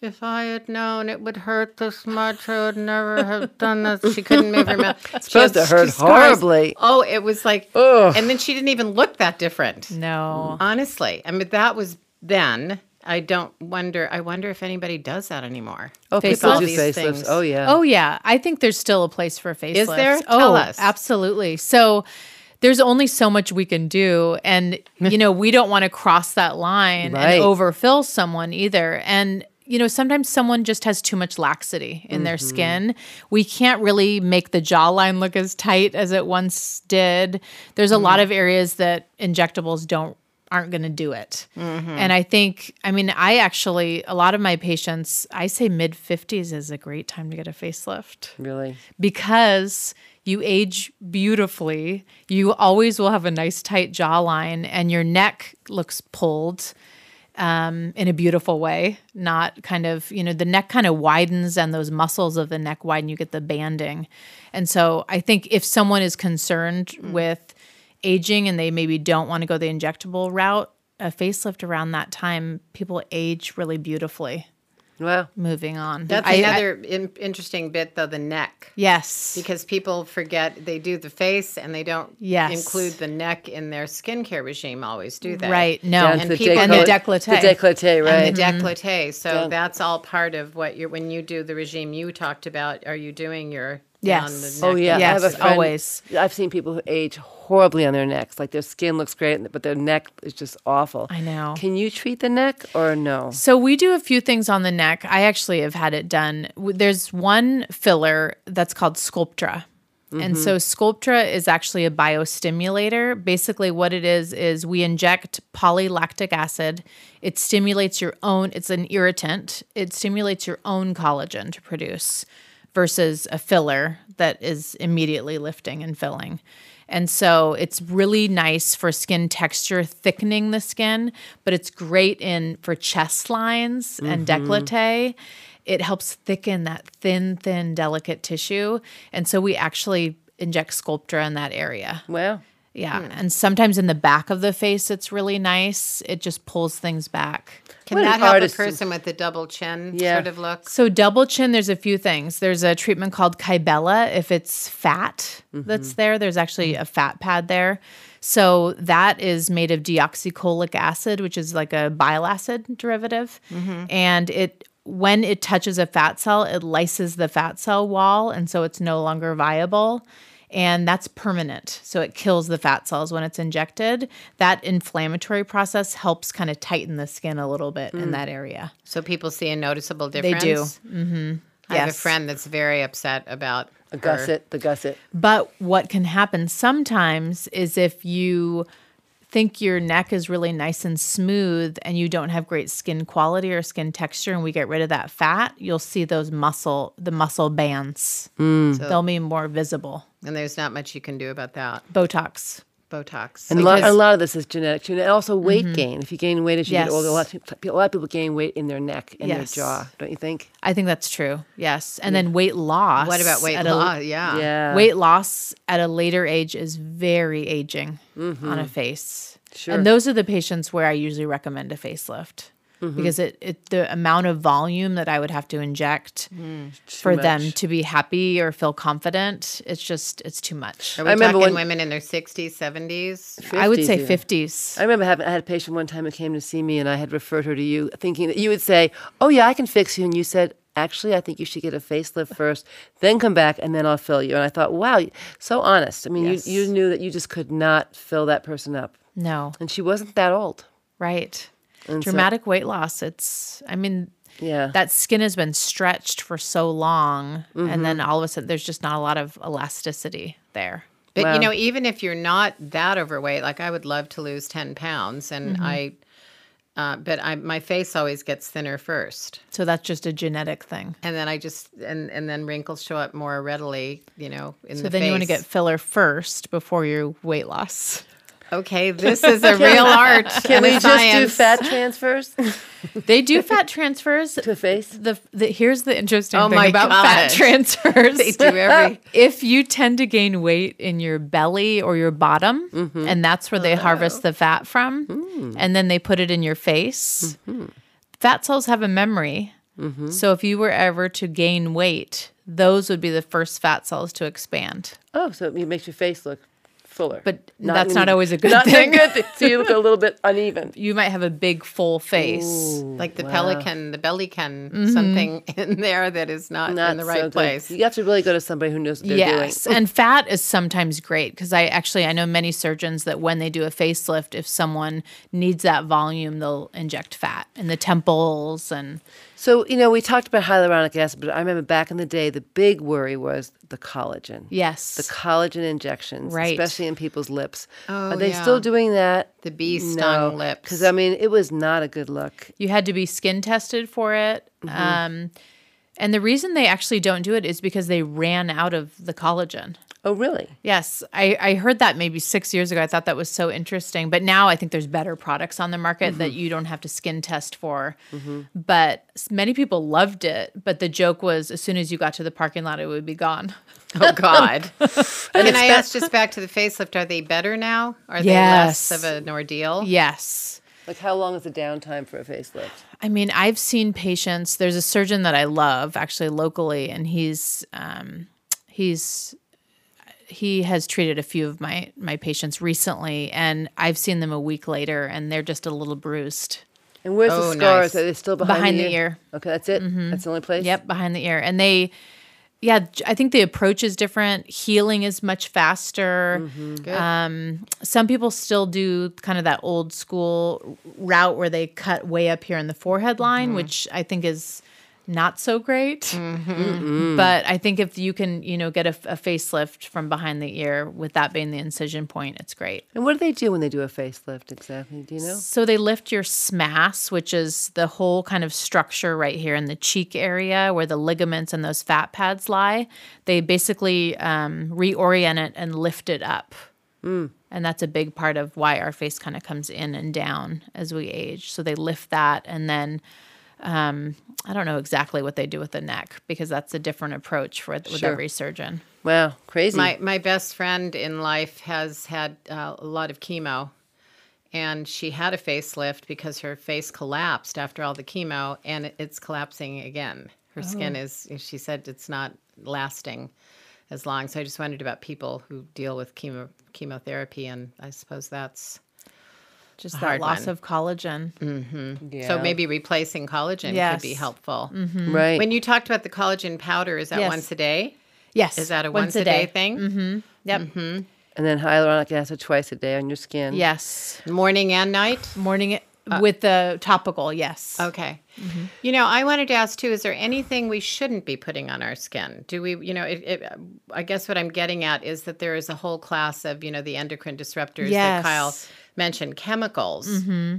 S2: If I had known it would hurt this much, I would never have done this. She couldn't move her mouth. It's
S1: supposed to hurt horribly.
S2: Oh, it was like, and then she didn't even look that different.
S3: No.
S2: Honestly, I mean that was then. I don't wonder. I wonder if anybody does that anymore.
S1: Oh,
S2: With
S1: people
S2: all
S1: do
S2: these
S1: facelifts.
S2: things.
S1: Oh yeah.
S3: Oh yeah, I think there's still a place for facelifts.
S2: there?
S3: Oh,
S2: Tell us.
S3: absolutely. So there's only so much we can do, and you know we don't want to cross that line
S1: Right.
S3: and overfill someone either. And you know sometimes someone just has too much laxity in their skin. We can't really make the jawline look as tight as it once did. There's a lot of areas that injectables don't aren't going to do it. And I think, I mean, I actually, a lot of my patients, I say mid 50s is a great time to get a facelift
S1: really.
S3: because you age beautifully. You always will have a nice tight jawline, and your neck looks pulled um, in a beautiful way. Not kind of, you know, the neck kind of widens and those muscles of the neck widen. You get the banding. And so I think if someone is concerned
S2: Mm.
S3: with aging and they maybe don't want to go the injectable route, a facelift around that time, people age really beautifully.
S1: Wow.
S3: Moving on.
S2: That's
S3: I- I-
S2: another in- interesting bit, though. The neck.
S3: yes.
S2: because people forget they do the face and they don't
S3: Yes.
S2: include the neck in their skincare regime always do they
S3: Right. No.
S1: Down
S2: And
S1: to
S2: people-
S3: and the
S1: decollete-
S3: décolleté.
S1: The décolleté, right?
S2: the décolleté so that's all part of what you're when you do the regime you talked about are you doing your down
S3: Yes.
S2: the neck
S1: Oh yeah, I
S3: Yes,
S1: have a friend-
S3: always.
S1: I've seen people who age horribly on their necks. Like their skin looks great, but their neck is just awful.
S3: I know.
S1: Can you treat the neck or no?
S3: So we do a few things on the neck. I actually have had it done. W- There's one filler that's called Sculptra.
S1: Mm-hmm.
S3: And so Sculptra is actually a biostimulator. Basically what it is is we inject polylactic acid. It stimulates your own it's an irritant. It stimulates your own collagen to produce versus a filler that is immediately lifting and filling. And so it's really nice for skin texture, thickening the skin, but it's great in for chest lines and décolleté. It helps thicken that thin, thin, delicate tissue. And so we actually inject Sculptra in that area.
S1: Well,
S3: Yeah. And sometimes in the back of the face, it's really nice. It just pulls things back.
S2: can
S1: What an
S2: that help
S1: artist.
S2: a person with the double chin
S1: Yeah.
S2: sort of look
S3: So double chin, there's a few things. There's a treatment called Kybella. If it's fat that's there, there's actually a fat pad there. So that is made of deoxycholic acid, which is like a bile acid derivative, and it when it touches a fat cell, it lyses the fat cell wall, and so it's no longer viable. And that's permanent. So it kills the fat cells when it's injected. That inflammatory process helps kind of tighten the skin a little bit in that area.
S2: so people see a noticeable
S3: do.
S2: difference mm-hmm. i have a
S3: Yes.
S2: friend that's very upset about
S1: the gusset, the gusset.
S3: But what can happen sometimes is if you think your neck is really nice and smooth and you don't have great skin quality or skin texture and we get rid of that fat, you'll see those muscle the muscle bands.
S2: So-
S3: They'll be more visible.
S2: And there's not much you can do about that.
S3: Botox.
S2: Botox.
S1: And a lot, a lot of this is genetic too, and also weight gain. If you gain weight as you
S3: Mm-hmm. Yes.
S1: get older, a lot, of, peop- a lot of people gain weight in their neck and
S3: Yes.
S1: their jaw, don't you think?
S3: I think that's true. Yes. And then weight loss.
S2: what about weight
S3: at a-
S2: loss? yeah.
S1: yeah,
S3: Weight loss at a later age is very aging on a face.
S1: Mm-hmm. Sure.
S3: And those are the patients where I usually recommend a facelift
S1: Mm-hmm.
S3: because it, it the amount of volume that I would have to inject for them
S1: Mm, much.
S3: to be happy or feel confident, it's just it's too much.
S2: Are we
S1: I remember
S2: talking
S1: when-
S2: women in their 60s, 70s?
S3: I would
S1: 50s
S3: say
S1: even.
S3: 50s.
S1: I remember having, I had a patient one time who came to see me, and I had referred her to you, thinking that you would say, "Oh yeah, I can fix you," and you said, "Actually, I think you should get a facelift first, then come back, and then I'll fill you." And I thought, "Wow, you- so honest." I mean, you you knew that you just could not fill that person up,
S3: No.
S1: and she wasn't that old.
S3: Right. Dramatic weight loss. It's I mean
S1: Yeah,
S3: that skin has been stretched for so long and
S1: Mm-hmm.
S3: then all of a sudden there's just not a lot of elasticity there.
S2: But
S1: Wow.
S2: you know, even if you're not that overweight, like I would love to lose ten pounds, and I, uh, but I my face always gets thinner first,
S3: So that's just a genetic thing.
S2: and then I just and and then wrinkles show up more readily. You know, in
S3: So
S2: the
S3: then you want to
S2: face.
S3: get filler first before your weight loss.
S2: okay. This is a real art.
S1: can
S2: and a
S1: we just do
S2: science.
S1: fat transfers
S3: They do fat transfers.
S1: to face?
S3: The, the here's the interesting
S2: Oh
S3: thing
S2: my
S3: about fat
S2: gosh.
S3: transfers.
S2: They do every.
S3: if you tend to gain weight in your belly or your bottom,
S2: Mm-hmm.
S3: and that's where they
S2: Oh.
S3: harvest the fat from,
S2: Hmm.
S3: and then they put it in your face,
S2: Mm-hmm.
S3: fat cells have a memory. So if you were ever to gain weight, those would be the first fat cells to expand.
S1: Oh, so it makes your face look fuller.
S3: But that's not always a good
S1: not
S3: thing.
S1: good thing. So you look a little bit uneven.
S3: You might have a big full face.
S2: Like the pelican, the bellycan, something in there that is not,
S1: Mm-hmm. Not
S2: in the
S1: so
S2: right
S1: good.
S2: place.
S1: You have to really go to somebody who knows what they're
S3: Yes,
S1: doing.
S3: and fat is sometimes great because I actually I know many surgeons that when they do a facelift, if someone needs that volume, they'll inject fat in the temples and
S1: So, you know, we talked about hyaluronic acid, but I remember back in the day, the big worry was the collagen.
S3: yes,
S1: The collagen injections,
S3: Right.
S1: especially in people's lips.
S2: Oh,
S1: Are they
S2: yeah.
S1: still doing that?
S2: The bee stung lips.
S1: Because, I mean, it was not a good look.
S3: you had to be skin tested for it.
S1: Mm-hmm.
S3: Um, and the reason they actually don't do it is because they ran out of the collagen.
S1: Oh, really?
S3: Yes, I, I heard that maybe six years ago. I thought that was so interesting. But now I think there's better products on the market that you don't have to skin test for. But s- many people loved it. But the joke was as soon as you got to the parking lot, it would be gone.
S2: Oh God! Can I ask just back to the facelift? Are they better now? Are they less
S3: Yes.
S2: of an ordeal?
S3: Yes.
S1: Like, how long is the downtime for a facelift?
S3: I mean, I've seen patients. There's a surgeon that I love actually locally, and he's um, he's he has treated a few of my my patients recently, and I've seen them a week later, and they're just a little bruised.
S1: And where's
S2: Oh,
S1: the scars?
S2: nice.
S1: Are they still behind,
S3: Behind
S1: the,
S3: the ear.
S1: Okay, that's it?
S2: Mm-hmm.
S1: That's the only place?
S3: Yep, behind the ear. And they, yeah, j- I think the approach is different. Healing is much faster.
S1: Mm.
S3: Um, some people still do kind of that old school route where they cut way up here in the forehead line, which I think is not so great. But I think if you can, you know, get a, f- a facelift from behind the ear with that being the incision point, it's great.
S1: And what do they do when they do a facelift exactly? Do you know?
S3: So they lift your smas, which is the whole kind of structure right here in the cheek area where the ligaments and those fat pads lie. They basically um, reorient it and lift it up.
S2: Mm.
S3: And that's a big part of why our face kind of comes in and down as we age. So they lift that and then. Um, I don't know exactly what they do with the neck because that's a different approach for with
S1: Sure.
S3: every surgeon.
S1: Wow, crazy.
S2: My my best friend in life has had uh, a lot of chemo, and she had a facelift because her face collapsed after all the chemo, and it- it's collapsing again. Her skin is. She said it's not lasting as long. So I just wondered about people who deal with chemo chemotherapy, and I suppose that's
S3: Just
S2: hard
S3: that loss
S2: one. Mm.
S3: of collagen.
S1: yeah. Mm-hmm.
S2: so maybe replacing collagen could be
S3: Yes.
S2: helpful.
S1: Right.
S2: When you talked about the collagen powder, is that
S3: Yes.
S2: once a day?
S3: Yes,
S2: Is that a once, a day, thing?
S3: Yep.
S1: and then hyaluronic acid twice a day on your skin.
S3: Yes,
S2: Morning and night?
S3: morning with the topical. Yes.
S2: Okay.
S3: Mm-hmm.
S2: You know, I wanted to ask too is there anything we shouldn't be putting on our skin? Do we, you know, it, it, I guess what I'm getting at is that there is a whole class of, you know, the endocrine disruptors that Kyle
S3: Yes. Mm-hmm.
S2: mentioned chemicals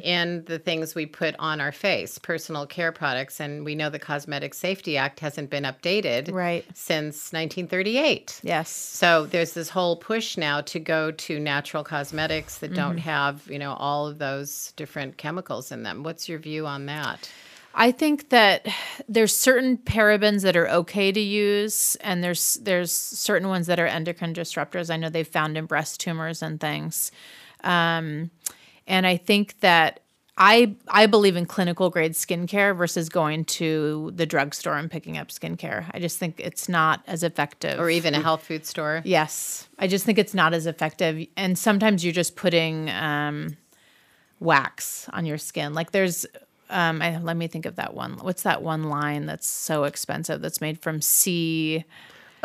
S2: in the things we put on our face, personal care products. And we know the Cosmetic Safety Act hasn't been updated
S3: Right.
S2: since 1938.
S3: Yes.
S2: So there's this whole push now to go to natural cosmetics that
S3: Mm-hmm.
S2: don't have, you know, all of those different chemicals in them. What's your view on that?
S3: I think that there's certain parabens that are okay to use, and there's there's certain ones that are endocrine disruptors. I know they've found in breast tumors and things, um, and I think that I I believe in clinical grade skincare versus going to the drugstore and picking up skincare. I just think it's not as effective,
S2: Or even a health food store?
S3: Yes. I just think it's not as effective. And sometimes you're just putting um, wax on your skin. Like there's, um, I, let me think of that one. What's that one line that's so expensive that's made from sea,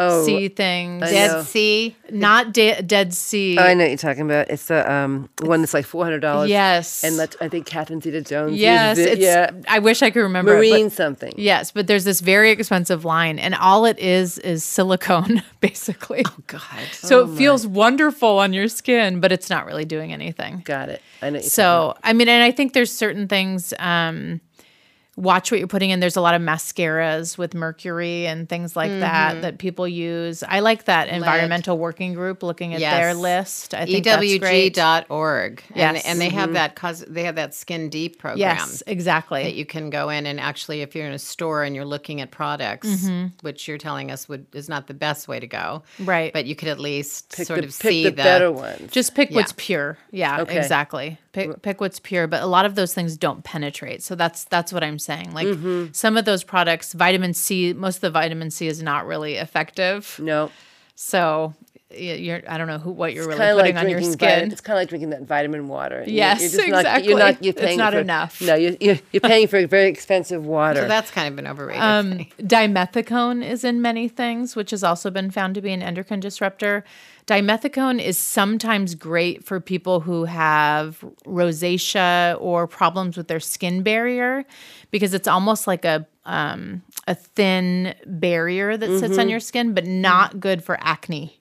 S1: Oh,
S3: sea things?
S1: I
S3: Dead,
S1: know.
S2: See,
S3: not de- Dead Sea.
S1: Oh, I know what you're talking about. It's the um, one that's like four hundred dollars.
S3: Yes.
S1: and let, I think Catherine Zeta Jones. uses
S3: yes.
S1: it.
S3: It's,
S1: yeah,
S3: I wish I could remember. it, but-
S1: marine something.
S3: Yes, but there's this very expensive line, and all it is is silicone, basically. Oh God! So it feels wonderful on your skin, but it's not really doing anything.
S1: Got it. I know. What you're talking
S3: So, I mean, and I think there's certain things. Um, watch what you're putting in. There's a lot of mascaras with mercury and things like
S2: Mm-hmm.
S3: that that people use. I like that environmental working group looking at their
S2: Yes.
S3: list. I
S2: E
S3: think that's great.
S2: EWG.org.
S3: Yes. Mm-hmm.
S2: And, and they have that cos- they have that skin deep program.
S3: Yes,
S2: That
S3: exactly.
S2: you can go in and actually, if you're in a store and you're looking at products, which you're telling us would is not the best way to go,
S3: Mm-hmm. Right.
S2: But you could at least
S1: pick
S2: sort
S1: the,
S2: of
S1: pick
S2: see
S1: the,
S2: the
S1: better ones.
S3: Just pick what's
S2: Yeah.
S3: pure. Yeah,
S1: Okay.
S3: exactly. Pick pick what's pure, but a lot of those things don't penetrate. So that's that's what I'm saying. Like
S2: Mm-hmm.
S3: some of those products, vitamin C, most of the vitamin C is not really effective.
S1: no,
S3: So y- you're I don't know who what you're
S1: kind
S3: really
S1: of
S3: putting
S1: like
S3: on your
S1: drinking.
S3: skin.
S1: vitamin- it's kind of like drinking that vitamin water. You-
S3: Yes,
S1: Not, you're not.
S3: exactly.
S1: You're
S3: It's
S1: paying
S3: not
S1: for,
S3: enough.
S1: No, you're, you're you're paying for very expensive water.
S2: So that's kind of an overrated
S3: Um,
S2: thing.
S3: dimethicone is in many things, which has also been found to be an endocrine disruptor. Dimethicone is sometimes great for people who have rosacea or problems with their skin barrier because it's almost like a um, a thin barrier that sits
S1: Mm-hmm.
S3: on your skin, but
S1: Mm.
S3: not good for acne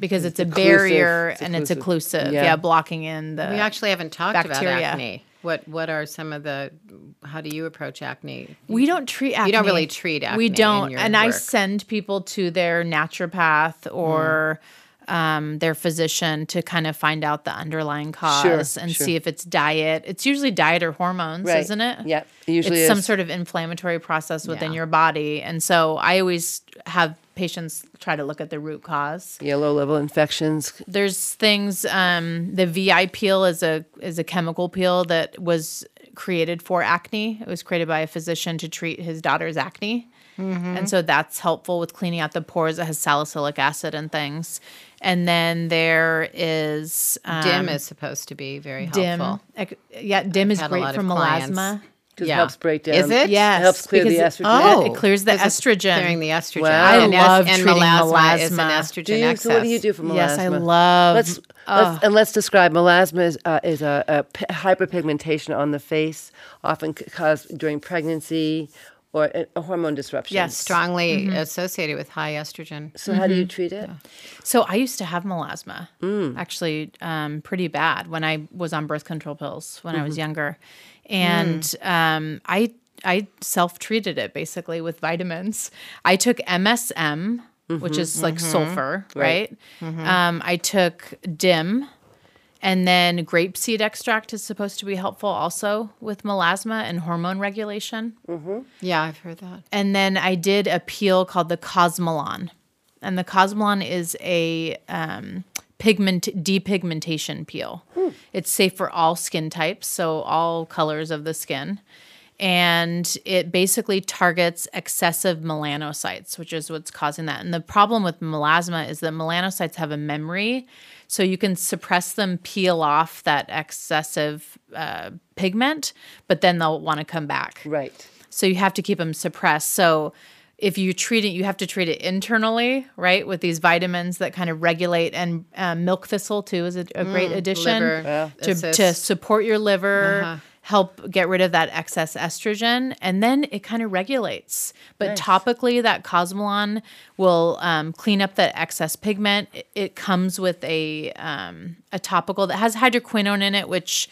S3: because it's, a barrier
S1: It's
S3: and it's
S1: occlusive.
S3: occlusive.
S1: Yeah.
S3: Yeah. blocking in the.
S2: We actually haven't talked about
S3: bacteria.
S2: acne. What what are some of the how do you approach acne?
S3: We don't treat acne.
S2: don't really treat acne
S3: We
S2: in
S3: don't.
S2: your
S3: and I
S2: work.
S3: send people to their naturopath or um, their physician to kind of find out the underlying cause and
S1: sure.
S3: see if it's diet. It's usually diet or hormones,
S1: Right.
S3: isn't it?
S1: Yep, it usually
S3: it's some
S1: is.
S3: sort of inflammatory process within
S2: Yeah.
S3: your body. And so I always have patients try to look at the root cause
S1: yeah, low level infections.
S3: there's things um the vi peel is a is a chemical peel that was created for acne it was created by a physician to treat his daughter's acne
S2: Mm-hmm.
S3: and so that's helpful with cleaning out the pores it has salicylic acid and things and then there is um,
S2: Dim is supposed to be very
S3: dim
S2: helpful.
S3: ec- yeah dim is
S2: had a
S3: great
S2: lot
S3: for
S2: of clients.
S3: melasma
S1: Just
S2: Yeah.
S1: helps break down.
S2: Is it?
S3: yes
S1: helps clear the
S3: because it- oh,
S1: estrogen.
S3: it, clears the
S2: 'Cause it's
S3: estrogen
S2: Clearing the estrogen.
S1: Wow.
S3: I
S2: es-
S3: love treating
S2: is an
S3: melasma.
S2: estrogen
S1: Do you,
S2: excess.
S1: so what do you do for melasma?
S3: yes i love
S1: Let's,
S3: Ah.
S1: let's and let's describe melasma is, uh, is a, a p- hyperpigmentation on the face, often c- caused during pregnancy or a, a hormone disruption.
S3: Yes. Mm-hmm.
S2: Strongly associated with high estrogen.
S1: So how do you treat it?
S3: So I used to have melasma, actually, um, pretty bad when I was on birth control pills when I was younger, and um, I I self treated it basically with vitamins. I took MSM, which is like sulfur, right? Um, I took DIM. And then grapeseed extract is supposed to be helpful also with melasma and hormone regulation.
S2: Yeah, I've heard that.
S3: And then I did a peel called the Cosmolon. And the Cosmolon is a um, pigment depigmentation peel. It's safe for all skin types, so all colors of the skin. And it basically targets excessive melanocytes, which is what's causing that. And the problem with melasma is that melanocytes have a memory, so you can suppress them, peel off that excessive uh, pigment, but then they'll want to come back.
S1: Right.
S3: So you have to keep them suppressed. So if you treat it, you have to treat it internally, right, with these vitamins that kind of regulate and uh, um, milk thistle too is a, a great addition
S2: liver
S3: to, to
S2: assist.
S1: Uh-huh.
S3: support your liver. help get rid of that excess estrogen. And then it kind of regulates. But topically, that Cosmolon will um, clean up that excess pigment. It, it comes with a um, a topical that has hydroquinone in it, which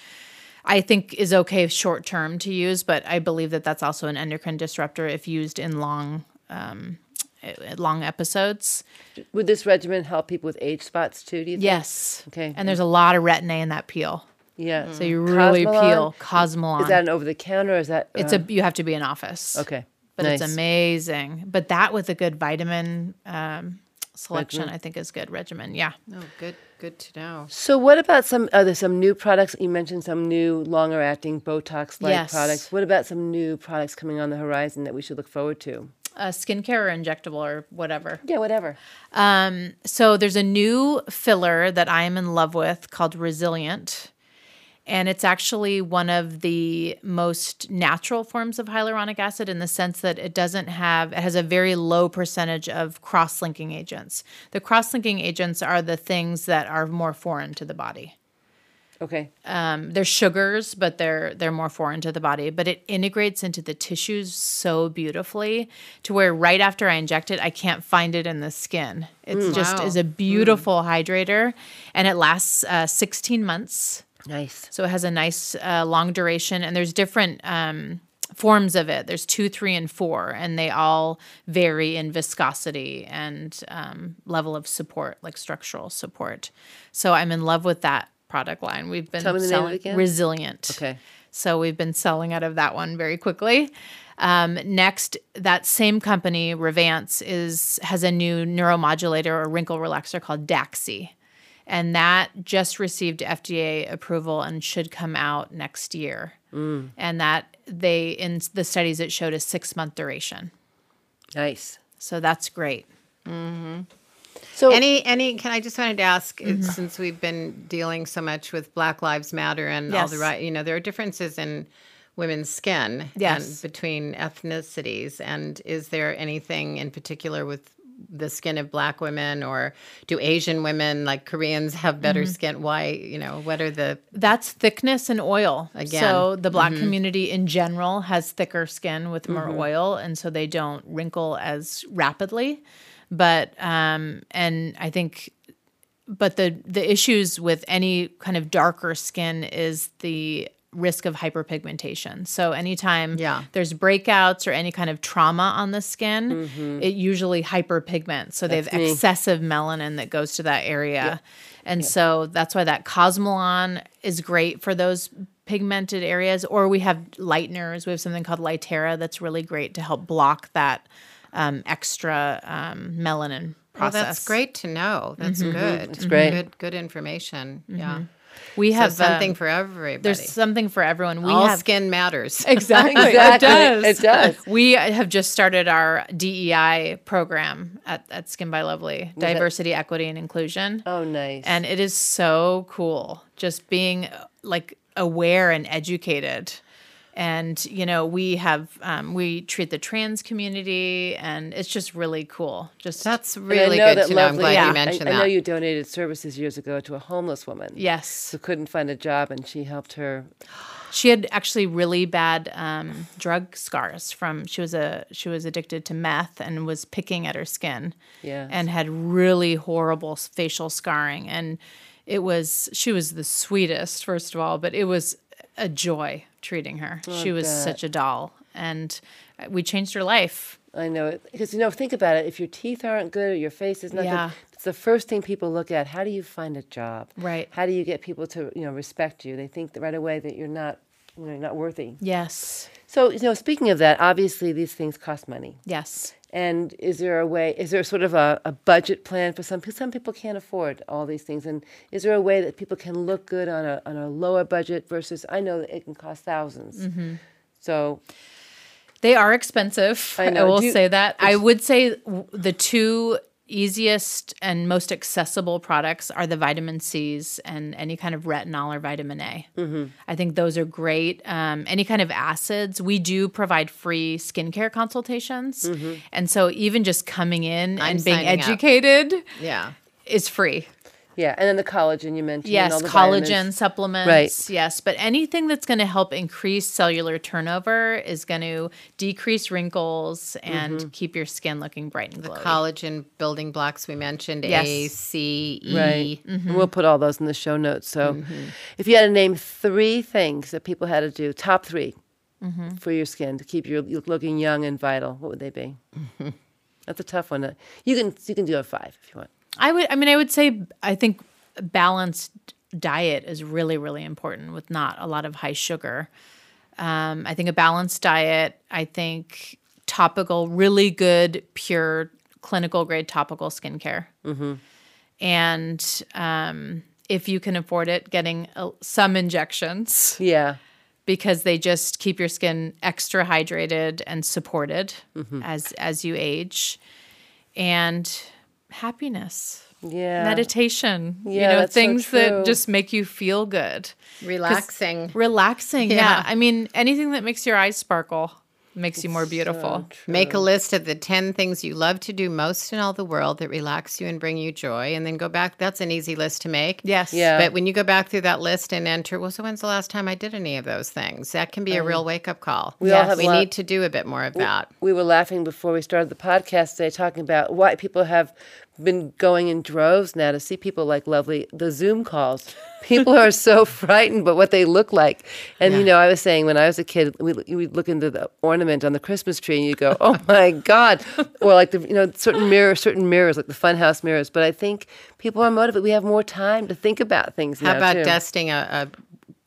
S3: I think is okay short term to use, but I believe that that's also an endocrine disruptor if used in long um, eh, long episodes.
S1: Would this regimen help people with age spots too? Do you think?
S3: Yes.
S1: Okay.
S3: And there's a lot of retin A in that peel.
S1: Yeah.
S3: So you really
S1: Cosmolon?
S3: peel Cosmolon.
S1: Is that an over the counter? Or is that uh,
S3: it's a you have to be in office.
S1: okay?
S3: But
S1: Nice.
S3: it's amazing. But that with a good vitamin um, selection, I think is good regimen. Yeah.
S2: Oh, good, good to know.
S1: So what about some other some new products? You mentioned some new longer acting Botox like
S3: Yes.
S1: products. What about some new products coming on the horizon that we should look forward to?
S3: Uh, skincare or injectable or whatever.
S1: Yeah, whatever.
S3: So there's a new filler that I am in love with called Resilient. And it's actually one of the most natural forms of hyaluronic acid in the sense that it doesn't have, it has a very low percentage of cross linking agents. The cross linking agents are the things that are more foreign to the body
S1: Okay.
S3: Um, they're sugars, but they're they're more foreign to the body. But it integrates into the tissues so beautifully to where right after I inject it, I can't find it in the skin. It's just
S2: Wow.
S3: is a beautiful hydrator, and it lasts uh, 16 months.
S1: nice.
S3: So it has a nice uh, long duration, and there's different um, forms of it. There's two, three, and four, and they all vary in viscosity and um, level of support, like structural support. So I'm in love with that product line. We've been
S1: Tell me the name of it
S3: selling
S1: again.
S3: resilient.
S1: Okay.
S3: So we've been selling out of that one very quickly. Um, next, that same company, Revance, is has a new neuromodulator or wrinkle relaxer called Daxi. And that just received FDA approval and should come out next year. And that they in the studies it showed a six month duration.
S1: Nice.
S3: So that's great.
S1: So
S2: Any, any? Can I just wanted to ask, uh, since we've been dealing so much with Black Lives Matter and all the
S3: Yes.
S2: right, you know, there are differences in women's skin,
S3: Yes.
S2: and between ethnicities, and is there anything in particular with the skin of Black women, or do Asian women, like Koreans, have better skin? Why, you know, what are the
S3: That's thickness and oil.
S2: Again.
S3: So the black community in general has thicker skin with more oil, and so they don't wrinkle as rapidly. But um, and I think, but the the issues with any kind of darker skin is the risk of hyperpigmentation. So anytime
S2: Yeah.
S3: there's breakouts or any kind of trauma on the skin,
S2: Mm-hmm.
S3: it usually hyperpigments. So they have excessive melanin that goes to that area. And so that's why that Cosmolon is great for those pigmented areas. Or we have lighteners. We have something called Lightera that's really great to help block that um, extra um, melanin process.
S2: Well, that's great to know. That's good. It's
S1: great.
S2: Good, good information. Yeah.
S3: We
S2: So
S3: have
S2: something
S3: um,
S2: for everybody.
S3: there's something for everyone. We
S2: All
S3: have
S2: skin matters.
S3: Exactly.
S1: Exactly.
S3: It does.
S1: It does.
S3: We have just started our DEI program at, at Skin by Lovely, Diversity, Equity, and Inclusion.
S1: oh, nice.
S3: And it is so cool just being uh, like aware and educated. And, you know, we have, um, we treat the trans community and it's just really cool. Just
S2: That's
S1: And I
S2: really
S1: know
S2: good
S1: that
S2: to know. I'm
S1: lovely-
S2: glad
S3: Yeah. I-
S2: you mentioned
S1: I, I
S2: that.
S1: know you donated services years ago to a homeless woman.
S3: Yes.
S1: Who couldn't find a job, and she helped her.
S3: She had actually really bad um, drug scars from she was a she was addicted to meth and was picking at her skin.
S1: Yes.
S3: And had really horrible s- facial scarring and it was she was the sweetest first of all, but it was a joy treating her. she was
S1: Oh, bet.
S3: such a doll and uh, we changed her life.
S1: I know it because you know. Think about it. If your teeth aren't good or your face is not
S3: Yeah.
S1: good, it's the first thing people look at. How do you find a job?
S3: Right.
S1: How do you get people to you know respect you? They think that right away that you're not you know you're not worthy.
S3: Yes.
S1: So you know, speaking of that, obviously these things cost money.
S3: Yes.
S1: And is there a way? Is there sort of a, a budget plan for some? Because some people can't afford all these things. And is there a way that people can look good on a on a lower budget versus? I know that it can cost 1000s
S3: Mm-hmm.
S1: So
S3: They are expensive.
S1: I
S3: I,
S1: know.
S3: will
S1: Do you-
S3: say that. I would say w- the two easiest and most accessible products are the vitamin C's and any kind of retinol or vitamin A.
S1: Mm-hmm.
S3: I think those are great. Um, any kind of acids. We do provide free skincare consultations.
S1: Mm-hmm.
S3: And so even just coming in
S2: I'm
S3: and being
S2: signing up.
S3: educated
S2: yeah.
S3: is free.
S1: Yeah, and then the collagen you mentioned. and all
S3: Yes,
S1: the
S3: collagen
S1: vitamins.
S3: supplements.
S1: Right.
S3: Yes, but anything that's going to help increase cellular turnover is going to decrease wrinkles and
S1: Mm-hmm.
S3: keep your skin looking bright and glowy.
S2: Collagen building blocks we mentioned
S3: Yes.
S2: A, C, E.
S1: Right.
S3: Mm-hmm.
S1: And we'll put all those in the show notes. So if you had to name three things that people had to do, top 3
S3: Mm-hmm.
S1: for your skin to keep you looking young and vital, what would they be? That's a tough one. You can you can do a five if you want.
S3: I would. I mean, I would say I think balanced diet is really, really important with not a lot of high sugar. Um, I think a balanced diet. I think topical, really good, pure, clinical grade topical skincare. And um, if you can afford it, getting uh, some injections
S1: Yeah.
S3: because they just keep your skin extra hydrated and supported as as you age. And happiness
S1: Yeah.
S3: meditation
S1: Yeah,
S3: you know
S1: that's so
S3: things
S1: true.
S3: that just make you feel good
S2: Relaxing.
S3: relaxing yeah.
S2: Yeah.
S3: i mean anything that makes your eyes sparkle makes you more beautiful
S2: Make a list of the 10 things you love to do most in all the world that relax you and bring you joy, and then go back. That's an easy list to make.
S3: yes
S1: Yeah.
S2: But when you go back through that list and enter, well, so when's the last time I did any of those things? That can be a real wake up call.
S1: We all Yes. have a
S2: we
S1: lot-
S2: need to do a bit more of that.
S1: we were laughing before we started the podcast today talking about why people have been going in droves now to see people like lovely the zoom calls people are so frightened but what they look like and you know i was saying when i was a kid we we'd look into the ornament on the christmas tree and you go oh my god or like the you know certain mirrors certain mirrors like the funhouse mirrors but i think people are motivated we have more time to think about things
S2: How
S1: now,
S2: about
S1: too.
S2: dusting a, a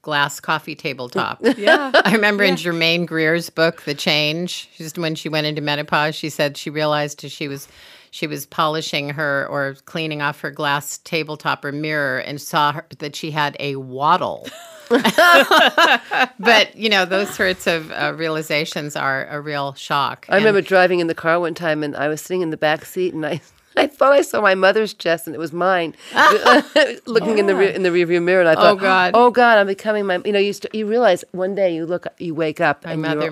S2: glass coffee tabletop?
S3: yeah
S2: I remember in Germaine Greer's book, The Change, just when she went into menopause, she said she realized as she was she was polishing her or cleaning off her glass tabletop or mirror and saw her, that she had a waddle. but you know those sorts of uh, realizations are a real shock.
S1: I remember driving in the car one time, and I was sitting in the back seat, and I. I thought I saw my mother's chest, and it was mine. Looking in the re- in the rearview mirror, and I thought,
S2: God.
S1: oh God, I'm becoming my." You know, you st- you realize one day you look, you wake up, and
S2: mother,
S1: you're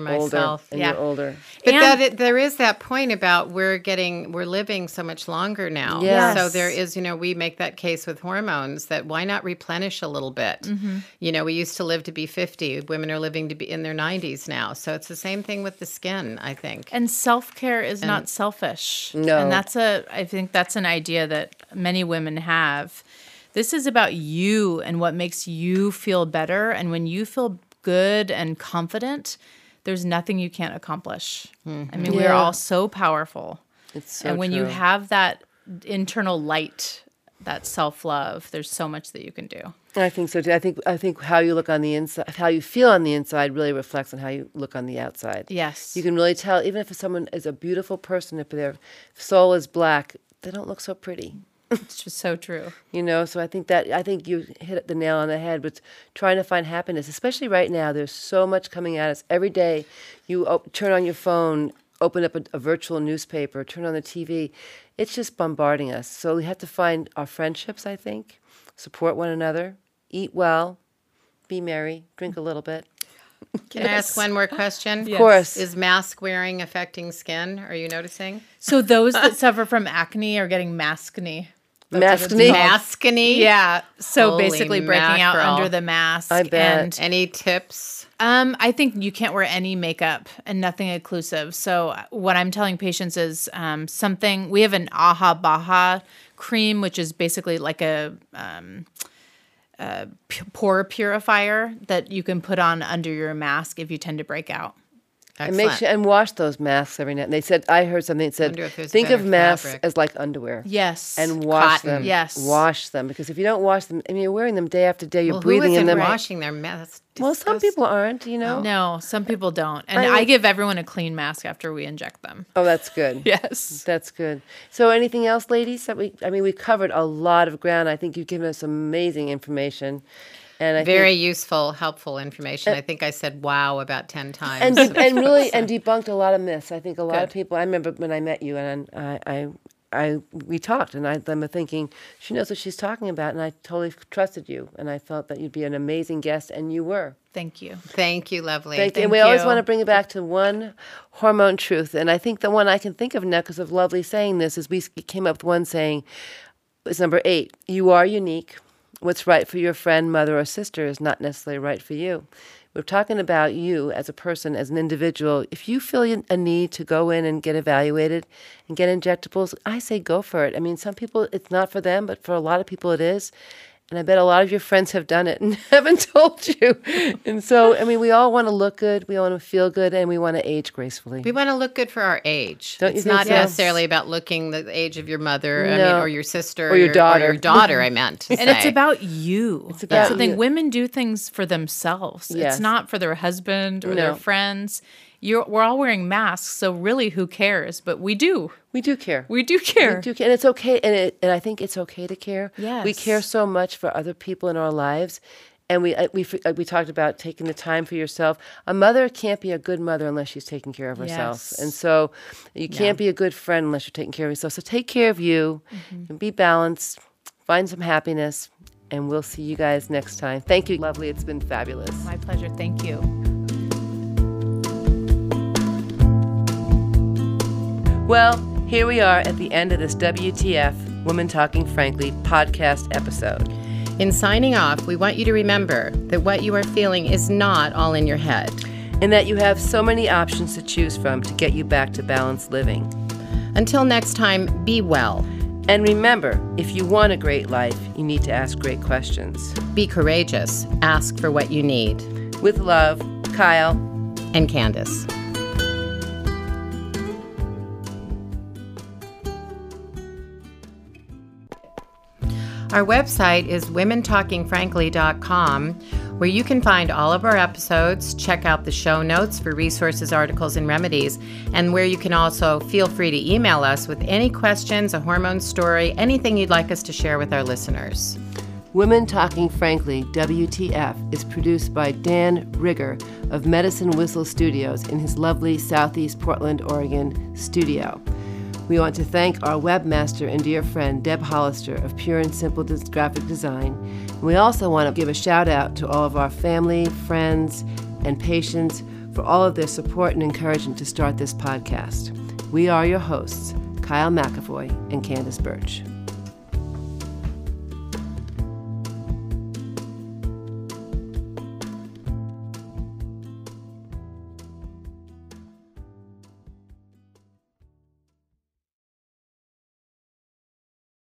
S1: older,
S2: myself,
S1: and
S3: yeah.
S1: you're older.
S2: But
S3: And-
S2: that it, there is that point about we're getting we're living so much longer now.
S1: Yes.
S2: So there is, you know, we make that case with hormones that why not replenish a little bit?
S1: Mm-hmm.
S2: You know, we used to live to be 50. Women are living to be in their 90s now. So it's the same thing with the skin, I think.
S3: and self-care is not selfish
S1: No.
S3: and that's a i think that's an idea that many women have this is about you and what makes you feel better and when you feel good and confident there's nothing you can't accomplish i mean we're
S1: Yeah.
S3: all so powerful
S1: It's so
S3: and when you
S1: true.
S3: have that internal light that self-love there's so much that you can do
S1: I think so too. I think I think how you look on the inside, how you feel on the inside, really reflects on how you look on the outside.
S3: yes
S1: You can really tell, even if someone is a beautiful person, if their soul is black, they don't look so pretty.
S3: it's just so true
S1: You know, so I think that I think you hit the nail on the head with trying to find happiness, especially right now. There's so much coming at us every day. You op- turn on your phone, open up a, a virtual newspaper, turn on the TV. It's just bombarding us. So we have to find our friendships. I think support one another, eat well, be merry, drink a little bit.
S2: Can I ask one more question?
S1: Of course,
S2: Is mask wearing affecting skin? Are you noticing?
S3: so those that suffer from acne are getting maskne
S1: maskne.
S2: Maskiny?
S3: yeah so
S2: Holy
S3: basically breaking
S2: mackerel.
S3: out under the mask
S1: I bet.
S3: and
S2: Any tips?
S3: Um, I think you can't wear any makeup and nothing occlusive. So uh, what I'm telling patients is um, something. We have an Aha Baha cream, which is basically like a p- pore purifier that you can put on under your mask if you tend to break out.
S1: And make
S2: Excellent.
S1: sure and wash those masks every night. And they said I heard something that said
S2: Wonder if there's
S1: think
S2: better
S1: of masks
S2: fabric."
S1: as like underwear.
S3: Yes.
S1: and wash
S2: Cotton.
S1: them.
S3: Yes.
S1: wash them because if you don't wash them, I mean, you're wearing them day after day. You're
S2: Well, who
S1: breathing in
S2: isn't
S1: them.
S2: washing their mask?
S1: Well, some people aren't, you know.
S3: no, some people don't, and
S1: I-
S3: I give everyone a clean mask after we inject them.
S1: Oh, that's good.
S3: Yes.
S1: That's good. So, anything else, ladies? That we, I mean, we covered a lot of ground. I think you've given us amazing information, and I think- Uh,
S2: Very useful, helpful information. I think I said wow about 10 times.
S1: and de- and really and debunked a lot of myths. I think a lot of people. I remember when I met you and I I, I we talked and I remember thinking she knows what she's talking about and I totally trusted you and I felt that you'd be an amazing guest and you were.
S3: Thank you.
S2: Thank you, lovely.
S1: Thank you. And we
S3: Thank
S1: always
S3: you.
S1: want to bring it back to one hormone truth. And I think the one I can think of now, because of Lovely saying this, is we s- came up with one saying, It's number eight. You are unique. What's right for your friend, mother, or sister is not necessarily right for you. We're talking about you as a person, as an individual. If you feel you- a need to go in and get evaluated and get injectables, I say go for it. I mean, some people it's not for them, but for a lot of people it is. And I bet a lot of your friends have done it and haven't told you. And so, I mean, we all want to look good, we want to feel good, and we want to age gracefully.
S2: We want to look good for our age.
S1: Don't you
S2: it's
S1: think
S2: not
S1: so?
S2: necessarily about looking the age of your mother I
S1: No.
S2: mean, or your sister
S1: Or your
S2: Or
S1: daughter.
S2: your daughter, I meant. to
S4: And it's
S2: say.
S4: about you. It's
S1: about
S4: That's the thing.
S1: you.
S4: Women do things for themselves.
S1: Yes.
S4: It's not for their husband or
S1: No.
S4: their friends. You're, we're all wearing masks, so really, who cares? But we do.
S1: we do care.
S4: We do care.
S1: We do care. And it's okay. And, it, and I think it's okay to care. We
S4: Yes.
S1: care so much for other people in our lives. And we, uh, we, f- uh, we talked about taking the time for yourself. A mother can't be a good mother unless she's taking care of herself.
S4: Yes.
S1: And so you can't be a good friend unless you're taking care of yourself. So take care of you
S4: Mm-hmm.
S1: and be balanced, find some happiness, and we'll see you guys next time. Thank you, lovely. It's been fabulous.
S4: My pleasure. Thank you.
S1: Well, here we are at the end of this WTF Women Talking Frankly podcast episode.
S2: In signing off, we want you to remember that what you are feeling is not all in your head.
S1: and that you have so many options to choose from to get you back to balanced living.
S2: Until next time, be well,
S1: And remember, if you want a great life, you need to ask great questions.
S2: be courageous, ask for what you need.
S1: With love, Kyle.
S2: And Candace. Our website is womentalkingfrankly.com, where you can find all of our episodes, check out the show notes for resources, articles, and remedies, and where you can also feel free to email us with any questions, a hormone story, anything you'd like us to share with our listeners.
S1: Women Talking Frankly, WTF, is produced by Dan Rigger of Medicine Whistle Studios in his lovely Southeast Portland, Oregon studio. We want to thank our webmaster and dear friend Deb Hollister of Pure and Simple Des- Graphic Design. And we also want to give a shout out to all of our family, friends, and patients for all of their support and encouragement to start this podcast. We are your hosts, Kyle McAvoy and Candace Birch.